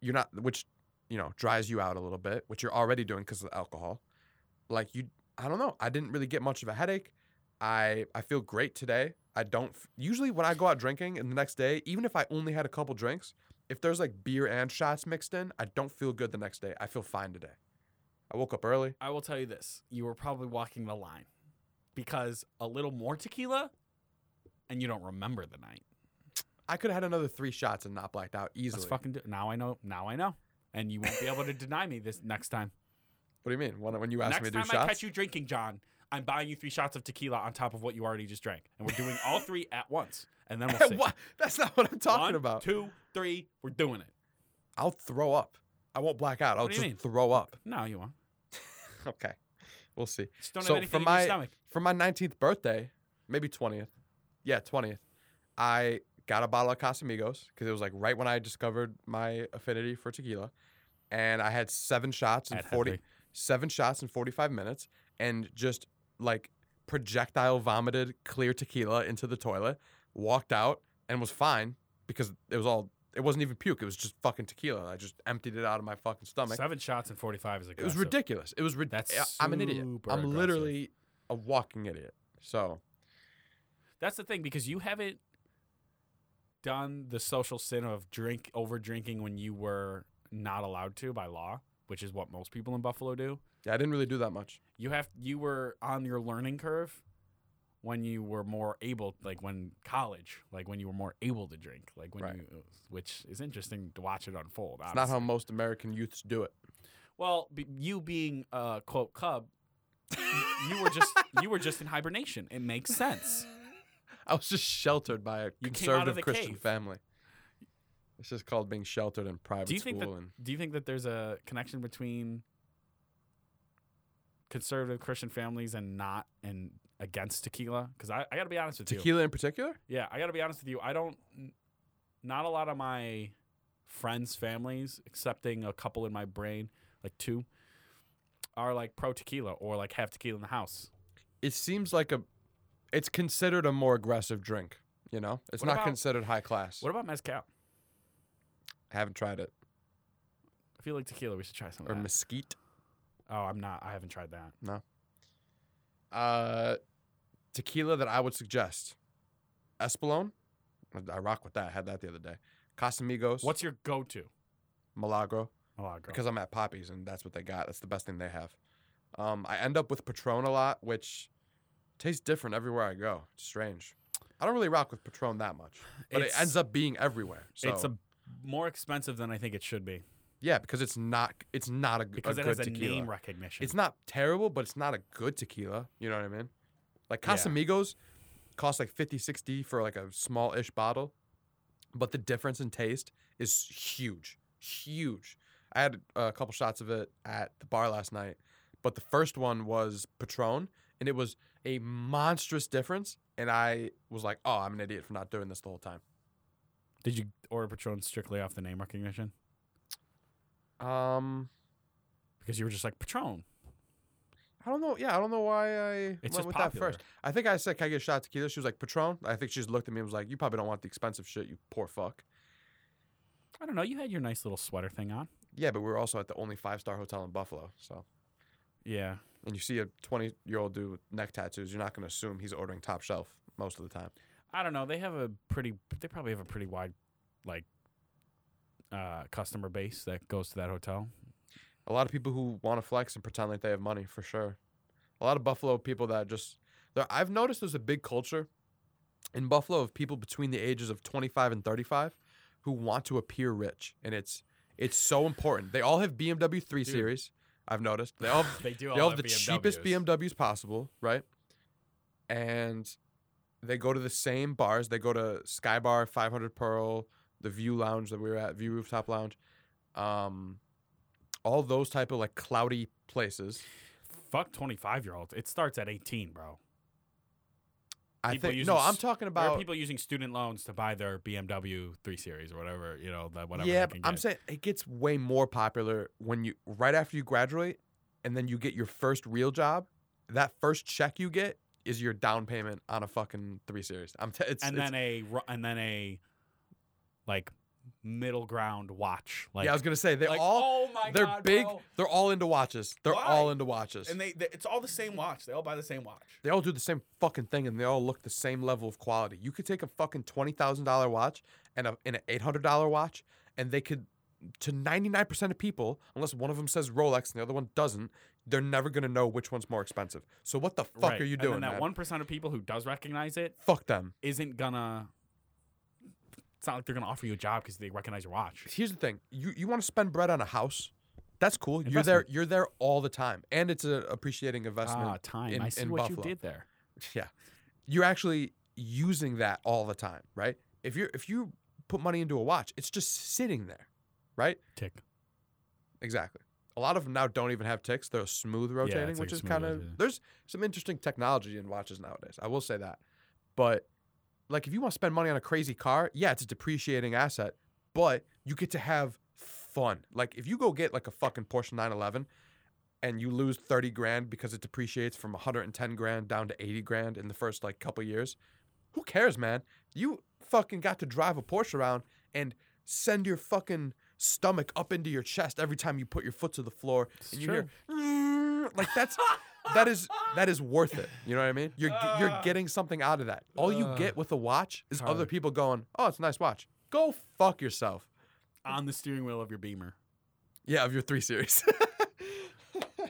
B: You're not, which you know dries you out a little bit, which you're already doing because of the alcohol. Like you, I don't know. I didn't really get much of a headache. I I feel great today. I don't f- usually when I go out drinking and the next day, even if I only had a couple drinks, if there's like beer and shots mixed in, I don't feel good the next day. I feel fine today. I woke up early.
A: I will tell you this: you were probably walking the line, because a little more tequila, and you don't remember the night.
B: I could have had another three shots and not blacked out easily.
A: Let's fucking do. Now I know. Now I know, and you won't be able to deny me this next time.
B: What do you mean? When, when you asked
A: next
B: me to do
A: time
B: shots?
A: I
B: *laughs*
A: catch you drinking, John, I'm buying you three shots of tequila on top of what you already just drank, and we're doing all three at once, and then
B: *laughs*
A: we'll see.
B: what? That's not what I'm talking
A: One,
B: about.
A: Two, three, we're doing it.
B: I'll throw up. I won't black out. I'll
A: What do you
B: just
A: mean? *laughs*
B: throw up.
A: No, you won't.
B: Okay. We'll see.
A: Just don't
B: So,
A: have anything
B: for
A: in
B: my-
A: your stomach.
B: for my 19th birthday, maybe 20th. Yeah, 20th. I got a bottle of Casamigos because it was like right when I discovered my affinity for tequila. And I had seven shots in
A: I'd have
B: 40
A: three.
B: seven shots in 45 minutes and just like projectile vomited clear tequila into the toilet, walked out and was fine because it was all it wasn't even puke, it was just fucking tequila. I just emptied it out of my fucking stomach.
A: Seven shots and 45 is a
B: It was ridiculous. It was ridiculous.
A: That's
B: I'm an idiot.
A: super
B: I'm
A: aggressive.
B: literally a walking idiot. So
A: That's the thing because you haven't done the social sin of drink over drinking when you were not allowed to by law, which is what most people in Buffalo do.
B: yeah, I didn't really do that much.
A: You have you were on your learning curve when you were more able like when college, like when you were more able to drink, like when
B: Right.
A: you which is interesting to watch it unfold.
B: It's not
A: obviously.
B: how most American youths do it.
A: Well, b- you being a quote cub, y- you were
B: *laughs*
A: just you were just in hibernation. It makes sense.
B: I was just sheltered by a
A: You came out of
B: conservative
A: the
B: Christian
A: cave.
B: family. It's just called being sheltered in private
A: Do you
B: school
A: think that-
B: and
A: Do you think that there's a connection between conservative Christian families and not and against tequila? Because I, I got to be honest with you.
B: tequila in particular.
A: Yeah, I got to be honest with you. I don't. n- Not a lot of my friends' families, excepting a couple in my brain, like two, are like pro tequila or like have tequila in the house.
B: It seems like a, it's considered a more aggressive drink. You know, it's
A: What
B: not
A: about-
B: considered high class.
A: What about mezcal?
B: I haven't tried it
A: I feel like tequila. We should try some. of
B: or
A: that.
B: mesquite.
A: Oh, I'm not. I haven't tried that.
B: Uh, tequila that I would suggest: Espolón. I- I rock with that. I had that the other day. Casamigos.
A: What's your go-to?
B: Milagro?
A: Milagro.
B: because I'm at Poppies and that's what they got. That's the best thing they have. Um, I end up with Patron a lot, which tastes different everywhere I go. It's strange. I don't really rock with Patron that much, but it
A: It's-
B: ends up being everywhere. So
A: it's a more expensive than I think it should be
B: yeah, because it's not it's not a, g- a
A: because it
B: good
A: has a
B: tequila.
A: name recognition.
B: It's not terrible, but it's not a good tequila. You know what I mean? Like
A: Yeah.
B: Casamigos costs like 50, 60 for like a small ish bottle, but the difference in taste is huge, huge. I had a couple shots of it at the bar last night, but the first one was Patron, and it was a monstrous difference. And I was like, oh, I'm an idiot for not doing this the whole time.
A: Did you order Patron strictly off the name recognition?
B: Um,
A: Because you were just like Patron.
B: I don't know. Yeah, I don't know why I went
A: It's just
B: with that
A: popular.
B: first. I think I said, "Can I get a shot of tequila?" She was like, "Patron." I think she just looked at me and was like, "You probably don't want the expensive shit, you poor fuck."
A: I don't know. You had your nice little sweater thing on.
B: Yeah, but we were also at the only five star hotel in Buffalo, so
A: Yeah.
B: and you see a twenty year old dude with neck tattoos, you're not going to assume he's ordering top shelf most of the time.
A: I don't know. They have a pretty. They probably have a pretty wide, like, uh, customer base that goes to that hotel.
B: A lot of people who want to flex and pretend like they have money for sure. A lot of Buffalo people that just there. I've noticed there's a big culture in Buffalo of people between the ages of 25 and 35 who want to appear rich, and it's it's so important. They all have BMW 3
A: Dude.
B: Series. I've noticed they all
A: *laughs* They do.
B: they all have the cheapest BMWs possible, right? And they go to the same bars. They go to Sky Bar, 500 Pearl, the View Lounge that we were at, View Rooftop Lounge, um, all those type of like cloudy places.
A: Fuck twenty five year olds. It starts at eighteen, bro.
B: I
A: People
B: think
A: using
B: no,
A: s-
B: I'm talking
A: There are
B: about
A: people using student loans to buy their BMW three series or whatever. You know that whatever.
B: yeah.
A: they can
B: but I'm
A: get.
B: saying it gets way more popular when you right after you graduate, and then you get your first real job. That first check you get is your down payment on a fucking three series. I'm t- it's,
A: and
B: it's
A: then a ru- and then a like middle ground watch. Like
B: yeah, I was gonna say they
A: like,
B: all
A: Oh my
B: They're
A: God,
B: big.
A: bro.
B: They're all into watches. They're
A: Why?
B: all into watches. And they,
A: they, they it's all the same watch. They all buy the same watch.
B: all do the same fucking thing, and they all look the same level of quality. You could take a fucking twenty thousand dollar watch and a and an eight hundred dollar watch, and they could to ninety nine percent of people, unless one of them says Rolex and the other one doesn't, they're never gonna know which one's more expensive. So what the fuck
A: right.
B: are you
A: and
B: doing?
A: Then that
B: man?
A: one percent of people who does recognize it
B: fuck them.
A: isn't gonna. It's not like they're gonna offer you a job because they recognize your watch.
B: Here's the thing: you you want to spend bread on a house. That's cool. You're there.
A: Investment.
B: You're there all the time, and it's an appreciating investment.
A: Ah, time.
B: in-
A: I see
B: in
A: what
B: Buffalo.
A: you did there.
B: Yeah. You're actually using that all the time, right? If you're if you put money into a watch, it's just sitting there, right?
A: Tick.
B: Exactly. A lot of them now don't even have ticks. They're smooth rotating,
A: it's like
B: which
A: a
B: is
A: smooth
B: kind of
A: rotator.
B: there's some interesting technology in watches nowadays. I will say that. But like if you want to spend money on a crazy car, yeah, it's a depreciating asset, but you get to have fun. Like if you go get like a fucking Porsche 911 and you lose 30 grand because it depreciates from 110 grand down to 80 grand in the first like couple years, who cares, man? You fucking got to drive a Porsche around and send your fucking stomach up into your chest every time you put your foot to the floor
A: It's
B: and you hear "Mm," *laughs* like that's that is that is worth it. You know what I mean? You're ge- you're
A: Ah.
B: getting something out of that. All you
A: Ah.
B: get with a watch is other
A: Tyler.
B: people going, "Oh, it's a nice watch." Go fuck yourself.
A: On the steering wheel of your Beamer,
B: Yeah, of your 3 series.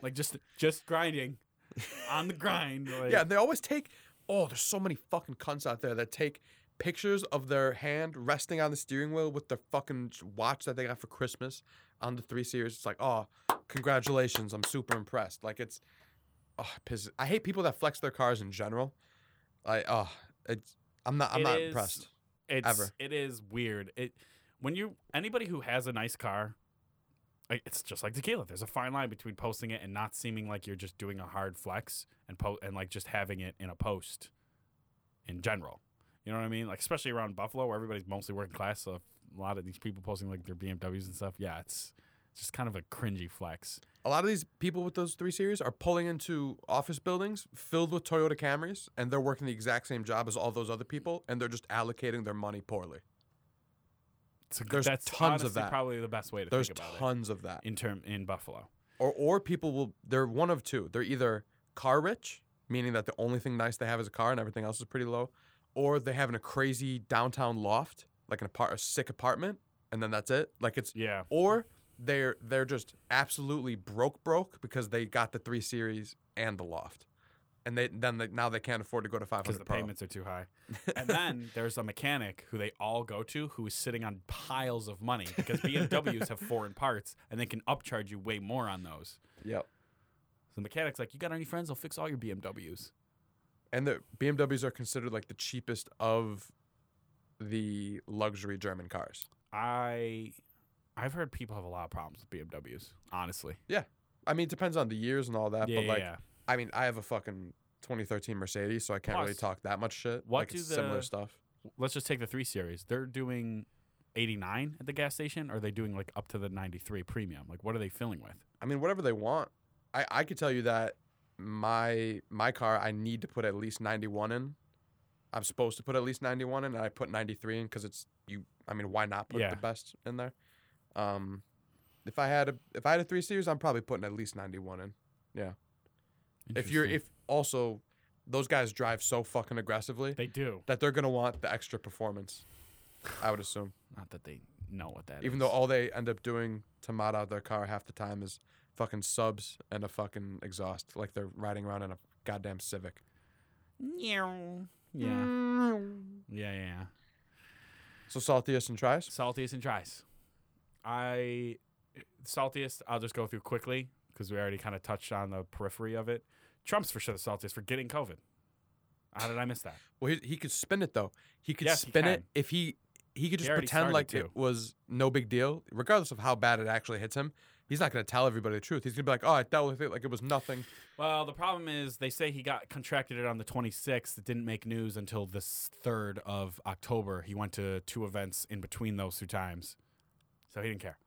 A: like just just grinding, on the
B: *laughs*
A: grind. Like,
B: yeah, and they always take Oh, there's so many fucking cunts out there that take pictures of their hand resting on the steering wheel with their fucking watch that they got for Christmas on the 3 series. It's like, "Oh, congratulations. I'm super impressed." Like it's oh, it pisses. I hate people that flex their cars in general. I oh, it's I'm not I'm
A: It
B: not
A: is-
B: impressed.
A: it's
B: Ever.
A: it is weird. It when you anybody who has a nice car, like, it's just like tequila. There's a fine line between posting it and not seeming like you're just doing a hard flex and po- and like just having it in a post in general. You know what I mean? Like especially around Buffalo where everybody's mostly working class, so a lot of these people posting like their BMWs and stuff. Yeah, it's it's just kind of a cringy flex.
B: a lot of these people with those three series are pulling into office buildings filled with Toyota Camrys, and they're working the exact same job as all those other people, and they're just allocating their money poorly.
A: It's a,
B: There's
A: that's
B: tons of
A: honestly
B: that.
A: probably the best way to
B: There's
A: think about
B: tons of that,
A: it in term in Buffalo.
B: or or people will. They're one of two. They're either car rich meaning that the only thing nice they have is a car and everything else is pretty low, or they have in a crazy downtown loft, like an apart a sick apartment, and then that's it. Like it's
A: Yeah.
B: or they're they're just absolutely broke broke because they got the three series and the loft, and they then they, now they can't afford to go to five
A: because the
B: hundred pro.
A: payments are too
B: *laughs*
A: high. And then there's a mechanic who they all go to who is sitting on piles of money because BMWs have foreign parts and they can upcharge you way more on those.
B: Yep.
A: So the mechanic's like, "You got any friends? I'll fix all your BMWs."
B: And the BMWs are considered like the cheapest of the luxury German cars.
A: I I've heard people have a lot of problems with BMWs, honestly.
B: I mean, it depends on the years and all that,
A: yeah,
B: Uh, but like,
A: yeah.
B: I mean, I have a fucking 2013 Mercedes, so I can't really
A: Plus,
B: talk that much shit.
A: what
B: like,
A: do
B: it's similar
A: the-
B: stuff.
A: Let's just take the 3 series. They're doing 89 at the gas station or are they doing like up to the 93 premium? Like what are they filling with?
B: I mean, whatever they want. I, I could tell you that my my car, I need to put at least 91 in. I'm supposed to put at least 91 in, and I put 93 in because it's you. I mean, why not put
A: Yeah.
B: the best in there? Um, if I had a if I had a three series, I'm probably putting at least 91 in. If you're
A: Interesting.
B: if also those guys drive so fucking aggressively
A: they do.
B: that they're gonna want the extra performance. I would assume.
A: Not that they know what that is.
B: even though all they end up doing to mod out their car half the time is fucking subs and a fucking exhaust, like they're riding around in a goddamn Civic.
A: Yeah. Yeah. Yeah. Yeah.
B: So saltiest and tries.
A: Saltiest and tries. I saltiest. I'll just go through quickly because we already kind of touched on the periphery of it. Trump's for sure the saltiest for getting COVID. How did I miss that?
B: Well, he, he could spin it though. He could
A: Yes, he
B: spin it
A: can.
B: if he he could
A: He
B: just
A: already
B: pretend
A: started
B: like
A: to.
B: it was no big deal, regardless of how bad it actually hits him. He's not gonna tell everybody the truth. He's gonna be like, "Oh, I dealt with it like it was nothing."
A: Well, the problem is they say he got contracted it on the 26th. It didn't make news until the 3rd of October. He went to two events in between those two times. So he didn't care.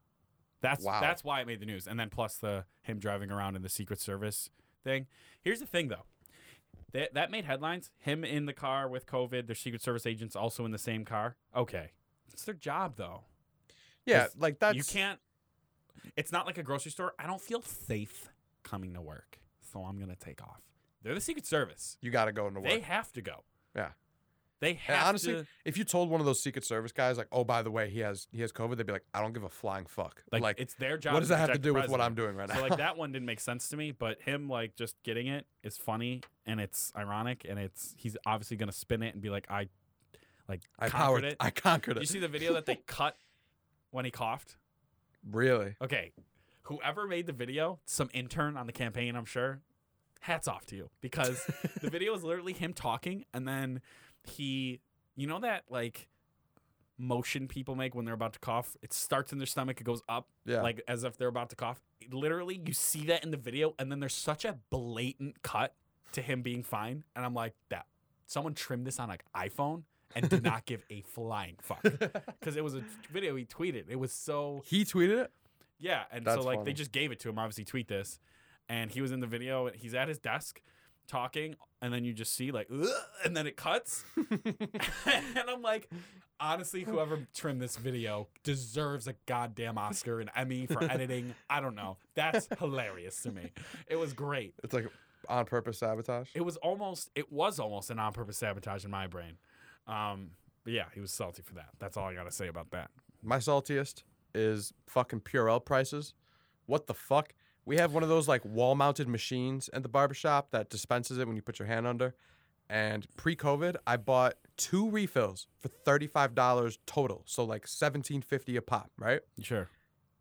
A: That's
B: Wow.
A: that's why it made the news. And then plus the him driving around in the Secret Service thing. Here's the thing though. That that made headlines. Him in the car with COVID, their Secret Service agents also in the same car. Okay. It's their job though.
B: Yeah,
A: 'Cause
B: like that's
A: You can't. It's not like a grocery store. I don't feel safe coming to work, so I'm gonna take off. They're the Secret Service.
B: You gotta go into work.
A: They have to go.
B: Yeah.
A: They
B: And
A: have
B: honestly,
A: to.
B: if you told one of those Secret Service guys, like, "Oh, by the way, he has he has COVID," they'd be like, "I don't give a flying fuck."
A: Like, it's their job.
B: what does that have to
A: protect the
B: do with what
A: president.
B: I'm doing right now?
A: So
B: *laughs*
A: like that one didn't make sense to me, but him like just getting it is funny and it's ironic and it's he's obviously gonna spin it and be like I, like
B: I
A: conquered
B: powered.
A: it.
B: I conquered
A: you
B: it.
A: see the video
B: *laughs*
A: that they cut when he coughed?
B: really?
A: Okay. Whoever made the video, some intern on the campaign, I'm sure. Hats off to you because the video is literally him talking and then he, you know that like motion people make when they're about to cough? It starts in their stomach, it goes up
B: Yeah. *laughs*
A: like as if they're about to cough. Literally, you see that in the video and then there's such a blatant cut to him being fine and I'm like, that someone trimmed this on like iPhone and did not give a flying fuck because it was a video he tweeted. It was so
B: he tweeted it.
A: yeah, and so
B: That's
A: like they
B: funny.
A: just gave it to him. Obviously, tweet this, and he was in the video. and He's at his desk talking, and then you just see like, "Ugh," and then it
B: *laughs*
A: cuts, *laughs* and I'm like, honestly, whoever trimmed this video deserves a goddamn Oscar and Emmy
B: *laughs*
A: for editing. I don't know. That's hilarious to me. It was great.
B: It's like on purpose sabotage.
A: It was almost. It was almost an on-purpose sabotage in my brain. Um, but yeah, he was salty for that. That's all I gotta say about that.
B: My saltiest is fucking Purell prices. What the fuck? We have one of those like wall mounted machines at the barbershop that dispenses it when you put your hand under. And pre COVID, I bought two refills for $35 total. So like $17.50 a pop, right?
A: Sure.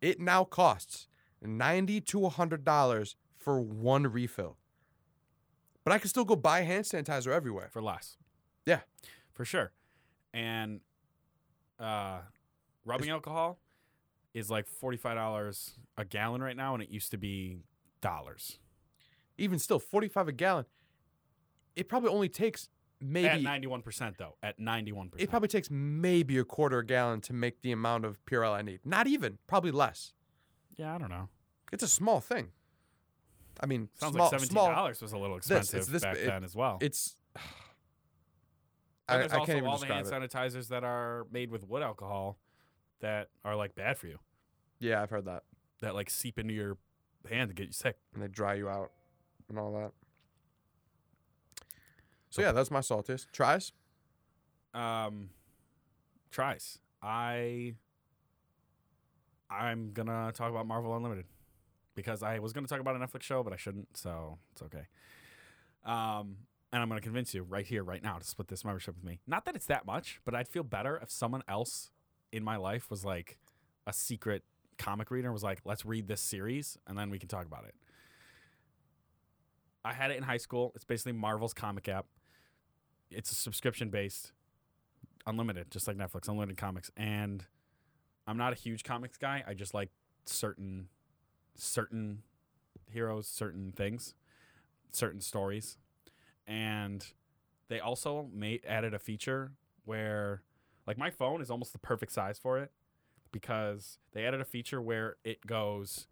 B: it now costs ninety to hundred dollars for one refill. But I can still go buy hand sanitizer everywhere.
A: for less.
B: Yeah.
A: for sure. And uh, rubbing alcohol is like forty five dollars a gallon right now, and it used to be dollars
B: Even still, forty five a gallon. It probably only takes
A: at
B: maybe
A: ninety one percent though. At ninety one
B: it
A: percent,
B: probably takes maybe a quarter a gallon to make the amount of Purell I need. Not even, probably less.
A: yeah, I don't know.
B: It's a small thing. I mean,
A: Sounds
B: small,
A: like seventeen
B: small-
A: dollars was a little
B: this, it's
A: expensive
B: this,
A: back
B: it-
A: then as well.
B: It's. *sighs*
A: And
B: I, I
A: there's also
B: can't even
A: all the
B: describe
A: hand
B: it.
A: sanitizers that are made with wood alcohol that are like bad for you,
B: Yeah, I've heard that.
A: that like seep into your hand and get you sick.
B: and they dry you out and all that. So yeah, that's my saltiest. Tries.
A: Um, tries. I. I'm gonna talk about Marvel Unlimited because I was gonna talk about a Netflix show, but I shouldn't, so it's okay. Um, and I'm gonna convince you right here, right now, to split this membership with me. Not that it's that much, but I'd feel better if someone else in my life was like a secret comic reader and was like, "Let's read this series, and then we can talk about it." I had it in high school. It's basically Marvel's comic app. It's a subscription based, unlimited, just like Netflix, unlimited comics. And I'm not a huge comics guy. I just like certain certain heroes, certain things, certain stories. And they also made added a feature where like my phone is almost the perfect size for it because they added a feature where it goes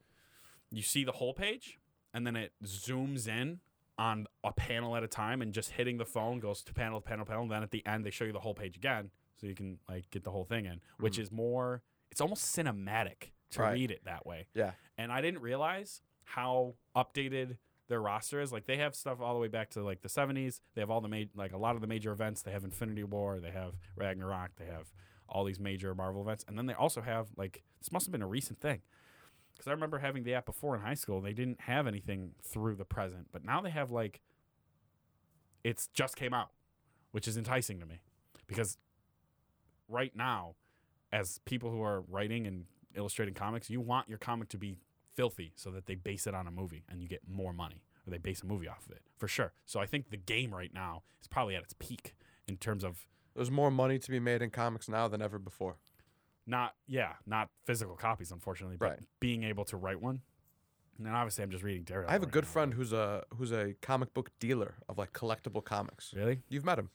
A: you see the whole page and then it zooms in on a panel at a time and just hitting the phone goes to panel panel panel and then at the end they show you the whole page again so you can like get the whole thing in which is more it's almost cinematic to
B: Mm-hmm. Right.
A: read it that way
B: Yeah.
A: and i didn't realize how updated their roster is like they have stuff all the way back to like the 70s they have all the ma- like a lot of the major events they have infinity war they have ragnarok they have all these major marvel events and then they also have like this must have been a recent thing because I remember having the app before in high school. They didn't have anything through the present, but now they have like it's just came out, which is enticing to me because right now, as people who are writing and illustrating comics, you want your comic to be filthy so that they base it on a movie and you get more money or they base a movie off of it for sure. So I think the game right now is probably at its peak in terms of
B: There's more money to be made in comics now than ever before.
A: not yeah, not physical copies unfortunately, but
B: Right.
A: being able to write one. And then obviously I'm just reading Daredevil.
B: I have a
A: right
B: good
A: now, but-
B: friend who's a who's a comic book dealer of like collectible comics.
A: Really?
B: You've met him.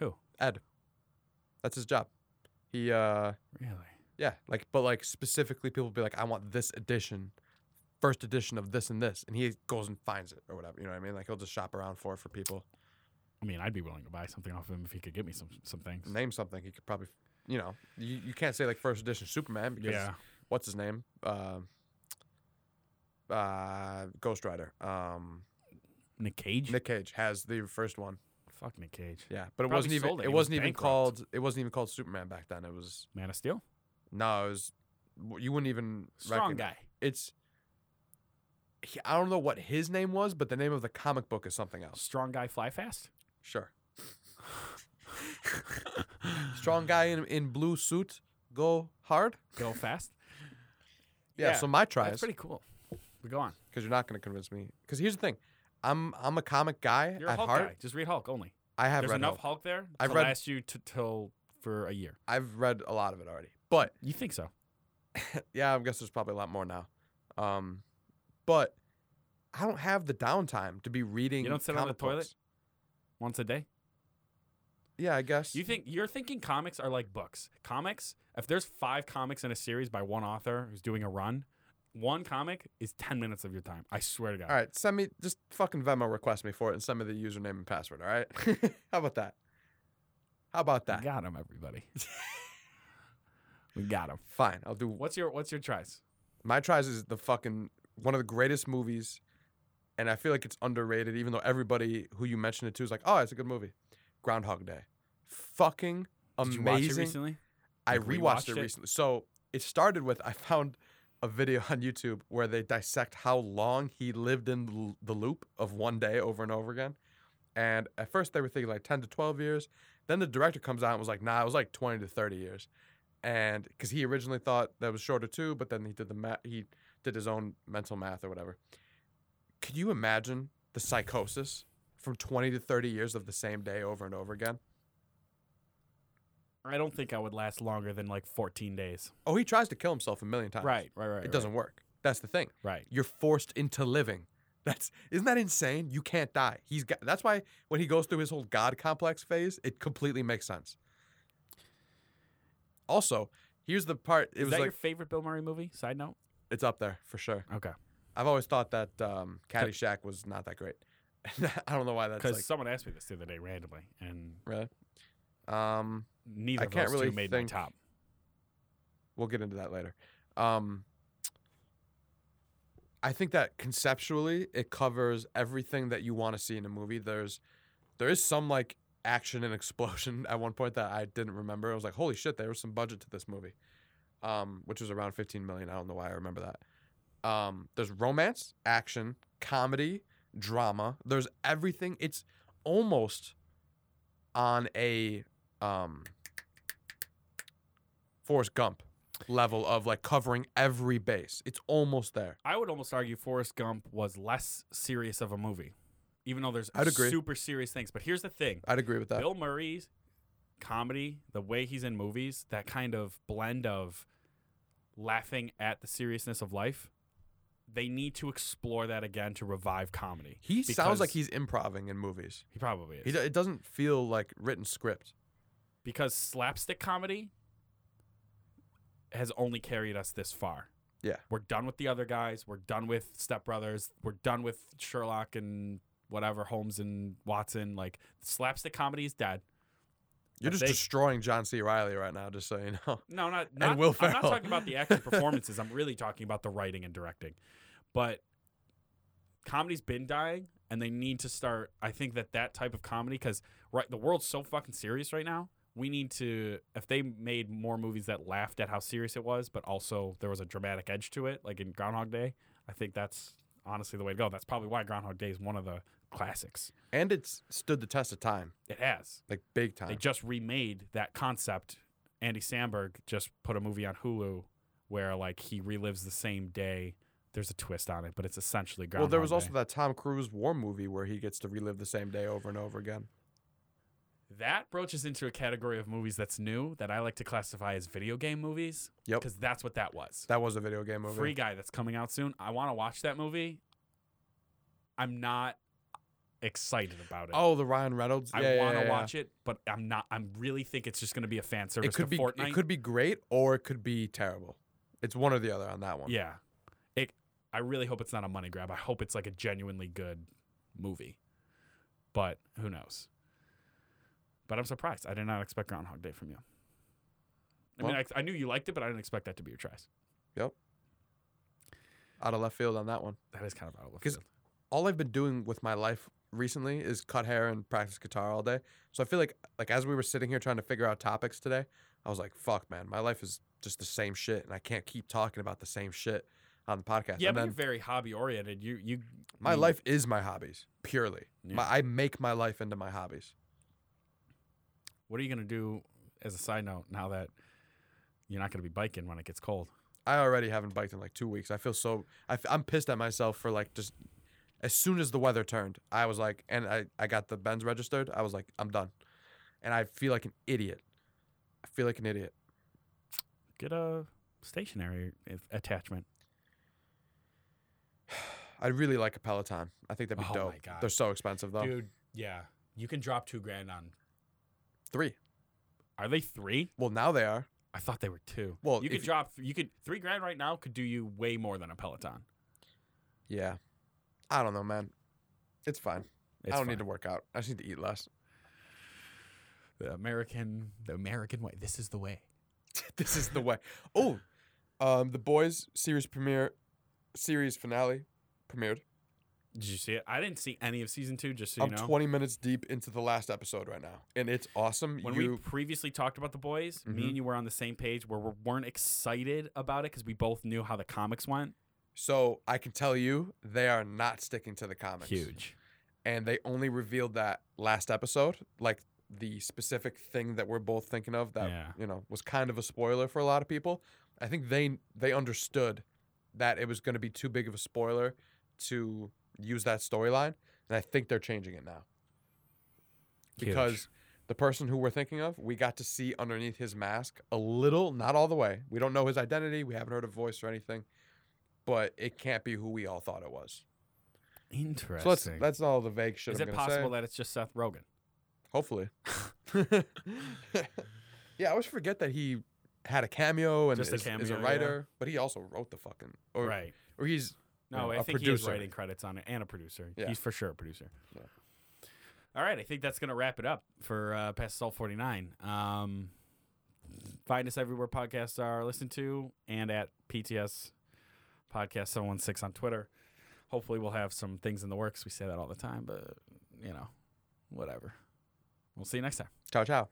A: Who?
B: Ed. That's his job. He uh
A: Really?
B: yeah, like but like specifically people be like, I want this edition, first edition of this and this and he goes and finds it or whatever. You know what I mean? Like he'll just shop around for it for people.
A: I mean, I'd be willing to buy something off him if he could get me some some things.
B: Name something he could probably you know, you, you can't say like first edition Superman because
A: Yeah.
B: what's his name? Um uh Ghost Rider. Um
A: Nick Cage?
B: Nick Cage has the first one.
A: Fuck Nick Cage.
B: Yeah, but it
A: Probably
B: wasn't even
A: sold it.
B: it,
A: He was
B: wasn't even
A: bankrupt.
B: called it wasn't even called Superman back then. It was
A: Man of Steel?
B: no, it was w- you wouldn't even
A: Strong
B: recogn-
A: guy.
B: It's he, I don't know what his name was, but the name of the comic book is something else.
A: Strong guy fly fast?
B: Sure, *laughs* strong guy in in blue suit, go hard.
A: Go fast?
B: Yeah, so my tries
A: that's pretty cool. But go on.
B: because you're not going to convince me. Because here's the thing, I'm I'm a comic guy
A: You're a
B: at
A: Hulk
B: heart.
A: guy. Just read Hulk only.
B: I have
A: There's
B: read
A: enough
B: Hulk.
A: Hulk there
B: I've
A: to
B: read-
A: last you t- till for a year.
B: I've read a lot of it already, but
A: You think so?
B: yeah, I guess there's probably a lot more now. Um, but I don't have the downtime to be reading.
A: don't sit on the
B: comic
A: toilet?
B: books.
A: Once a day?
B: Yeah, I guess.
A: You think you're thinking comics are like books. Comics, if there's five comics in a series by one author who's doing a run, one comic is ten minutes of your time. I swear to God.
B: all right, send me just fucking Venmo request me for it and send me the username and password. All right, *laughs* how about that? How about that?
A: We got him, everybody. *laughs* we got him.
B: Fine, I'll do.
A: What's your What's your tries?
B: My tries is the fucking one of the greatest movies, and I feel like it's underrated, even though everybody who you mentioned it to is like, oh, it's a good movie. Groundhog Day, fucking
A: Did
B: amazing.
A: you watch it recently?
B: I
A: Like,
B: rewatched
A: rewatched
B: it
A: it?
B: recently. So it started with I found a video on YouTube where they dissect how long he lived in the l- the loop of one day over and over again. And at first they were thinking like 10 to 12 years. Then the director comes out and was like, nah, it was like 20 to 30 years. And because he originally thought that was shorter too, but then he did the math, he did his own mental math or whatever. Could you imagine the psychosis from 20 to 30 years of the same day over and over again?
A: I don't think I would last longer than like 14 days.
B: Oh, he tries to kill himself a million times.
A: Right, right, right.
B: Uh, it doesn't work. That's the thing.
A: Right.
B: You're forced into living. *laughs* That's isn't that insane? You can't die. He's got. That's why when he goes through his whole God complex phase, it completely makes sense. Also, here's the part. It
A: Is
B: was
A: that
B: like
A: your favorite Bill Murray movie? Side note.
B: it's up there for sure.
A: Okay.
B: I've always thought that um, Caddyshack was not that great. *laughs* I don't know why that's
A: Because
B: like.
A: someone asked me this the other day randomly, and
B: Really? Um,
A: neither
B: I
A: of
B: can't
A: those
B: really
A: two made
B: think-
A: my top.
B: we'll get into that later. Um, I think that conceptually it covers everything that you want to see in a movie. There's There is some like action and *laughs* explosion at one point that I didn't remember. I was like, holy shit, there was some budget to this movie, um, which was around 15 million. I don't know why I remember that. Um, there's romance, action, comedy, drama. There's everything. It's almost on a um, Forrest Gump level of like covering every base. It's almost there.
A: I would almost argue Forrest Gump was less serious of a movie, even though there's
B: I'd agree. Uh.
A: super serious things. But here's the thing
B: I'd agree with that.
A: Bill Murray's comedy, the way he's in movies, that kind of blend of laughing at the seriousness of life, they need to explore that again to revive comedy.
B: He sounds like
A: because-
B: he's improving in movies.
A: He probably is.
B: He, do- it doesn't feel like written script.
A: because slapstick comedy has only carried us this far.
B: Yeah.
A: We're done with the other guys. We're done with Step Brothers. We're done with Sherlock and whatever Holmes and Watson. Like slapstick comedy is dead.
B: You're
A: But
B: just
A: they-
B: destroying John C. Riley right now, just so you know. *laughs*
A: No, not, not
B: Will
A: I'm not
B: Ferrell.
A: talking about the
B: *laughs*
A: acting performances. I'm really talking about the writing and directing. But comedy's been dying, and they need to start. I think that that type of comedy, because right, the world's so fucking serious right now. We need to. If they made more movies that laughed at how serious it was, but also there was a dramatic edge to it, like in Groundhog Day, I think that's honestly the way to go. That's probably why Groundhog Day is one of the classics.
B: And it's stood the test of time,
A: It has.
B: like big
A: They
B: time.
A: just remade that concept. Andy Samberg just put a movie on Hulu where like he relives the same day. There's a twist on it, but it's essentially
B: well,
A: Groundhog
B: there was
A: Day.
B: also that Tom Cruise war movie where he gets to relive the same day over and over again.
A: that broaches into a category of movies that's new that I like to classify as video game movies.
B: Yep.
A: because that's what that was.
B: That was a video game movie.
A: Free Guy that's coming out soon. I want to watch that movie. I'm not excited about it.
B: Oh, the Ryan Reynolds.
A: I
B: Yeah, yeah,
A: want to
B: yeah, yeah.
A: watch it, but I'm not. I am really think it's just going to be a fan service
B: It could
A: to
B: be
A: Fortnite.
B: it could be great or it could be terrible. It's one or the other on that one.
A: Yeah. It I really hope it's not a money grab. I hope it's like a genuinely good movie. But who knows? But I'm surprised. I did not expect Groundhog Day from you. I mean,
B: Well-
A: I, I knew you liked it, but I didn't expect that to be your choice.
B: Out of left field on that one.
A: That is kind of out of left
B: 'Cause-
A: field.
B: all I've been doing with my life recently is cut hair and practice guitar all day. So I feel like like as we were sitting here trying to figure out topics today, I was like, "Fuck, man, my life is just the same shit, and I can't keep talking about the same shit on the podcast."
A: Yeah, but
B: and then
A: you're very hobby oriented. You you
B: my
A: you-
B: life is my hobbies purely.
A: Yeah.
B: My, I make my life into my hobbies.
A: What are you gonna do as a side note now that you're not gonna be biking when it gets cold?
B: I already haven't biked in like two weeks. I feel so. I, am pissed at myself for like just. As soon as the weather turned, I was like, and I, I got the bends registered. I was like, I'm done, and I feel like an idiot. I feel like an idiot.
A: Get a stationary attachment.
B: I really like a Peloton. I think that'd be
A: Oh
B: dope.
A: my God.
B: They're so expensive though.
A: Dude, yeah. You can drop two grand on
B: Three.
A: are they three?
B: Well, now they are.
A: I thought they were two.
B: Well,
A: you
B: if
A: could
B: you-
A: drop. You could three grand right now could do you way more than a Peloton.
B: Yeah. I don't know, man. It's fine.
A: It's
B: I don't
A: fine.
B: need to work out. I just need to eat less. *laughs*
A: the American the American way. This is the way.
B: this is the way. Oh, um, the boys series premiere, series finale, premiered.
A: Did you see it? I didn't see any of season two. Just so
B: I'm
A: you know,
B: 20 minutes deep into the last episode right now, and it's awesome.
A: when
B: you
A: we previously talked about the boys, me
B: Mhm.
A: and you were on the same page where we weren't excited about it because we both knew how the comics went.
B: so I can tell you they are not sticking to the comics. and they only revealed that last episode, like the specific thing that we're both thinking of that
A: Yeah.
B: you know was kind of a spoiler for a lot of people. I think they they understood that it was going to be too big of a spoiler to use that storyline, and I think they're changing it now because the person who we're thinking of, we got to see underneath his mask a little, not all the way. We don't know his identity. We haven't heard a voice or anything, but it can't be who we all thought it was.
A: interesting.
B: So that's that's all the vague shit.
A: is
B: I'm
A: it
B: gonna say.
A: possible that it's just Seth Rogen? *laughs*
B: Hopefully. yeah, I always forget that he had a cameo and
A: Just a
B: is, is
A: cameo,
B: a
A: yeah.
B: writer, but he also wrote the fucking or
A: right.
B: or he's
A: No,
B: Yeah,
A: I
B: a
A: think he has
B: producer.
A: writing credits on it and a producer.
B: Yeah.
A: He's for sure a producer.
B: Yeah.
A: All right, I think that's going to wrap it up for uh, Past Salt 49. Um, find us everywhere podcasts are listened to and at PTS Podcast 716 on Twitter. Hopefully, we'll have some things in the works. We say that all the time, but, you know, whatever. We'll see you next time.
B: Ciao, ciao.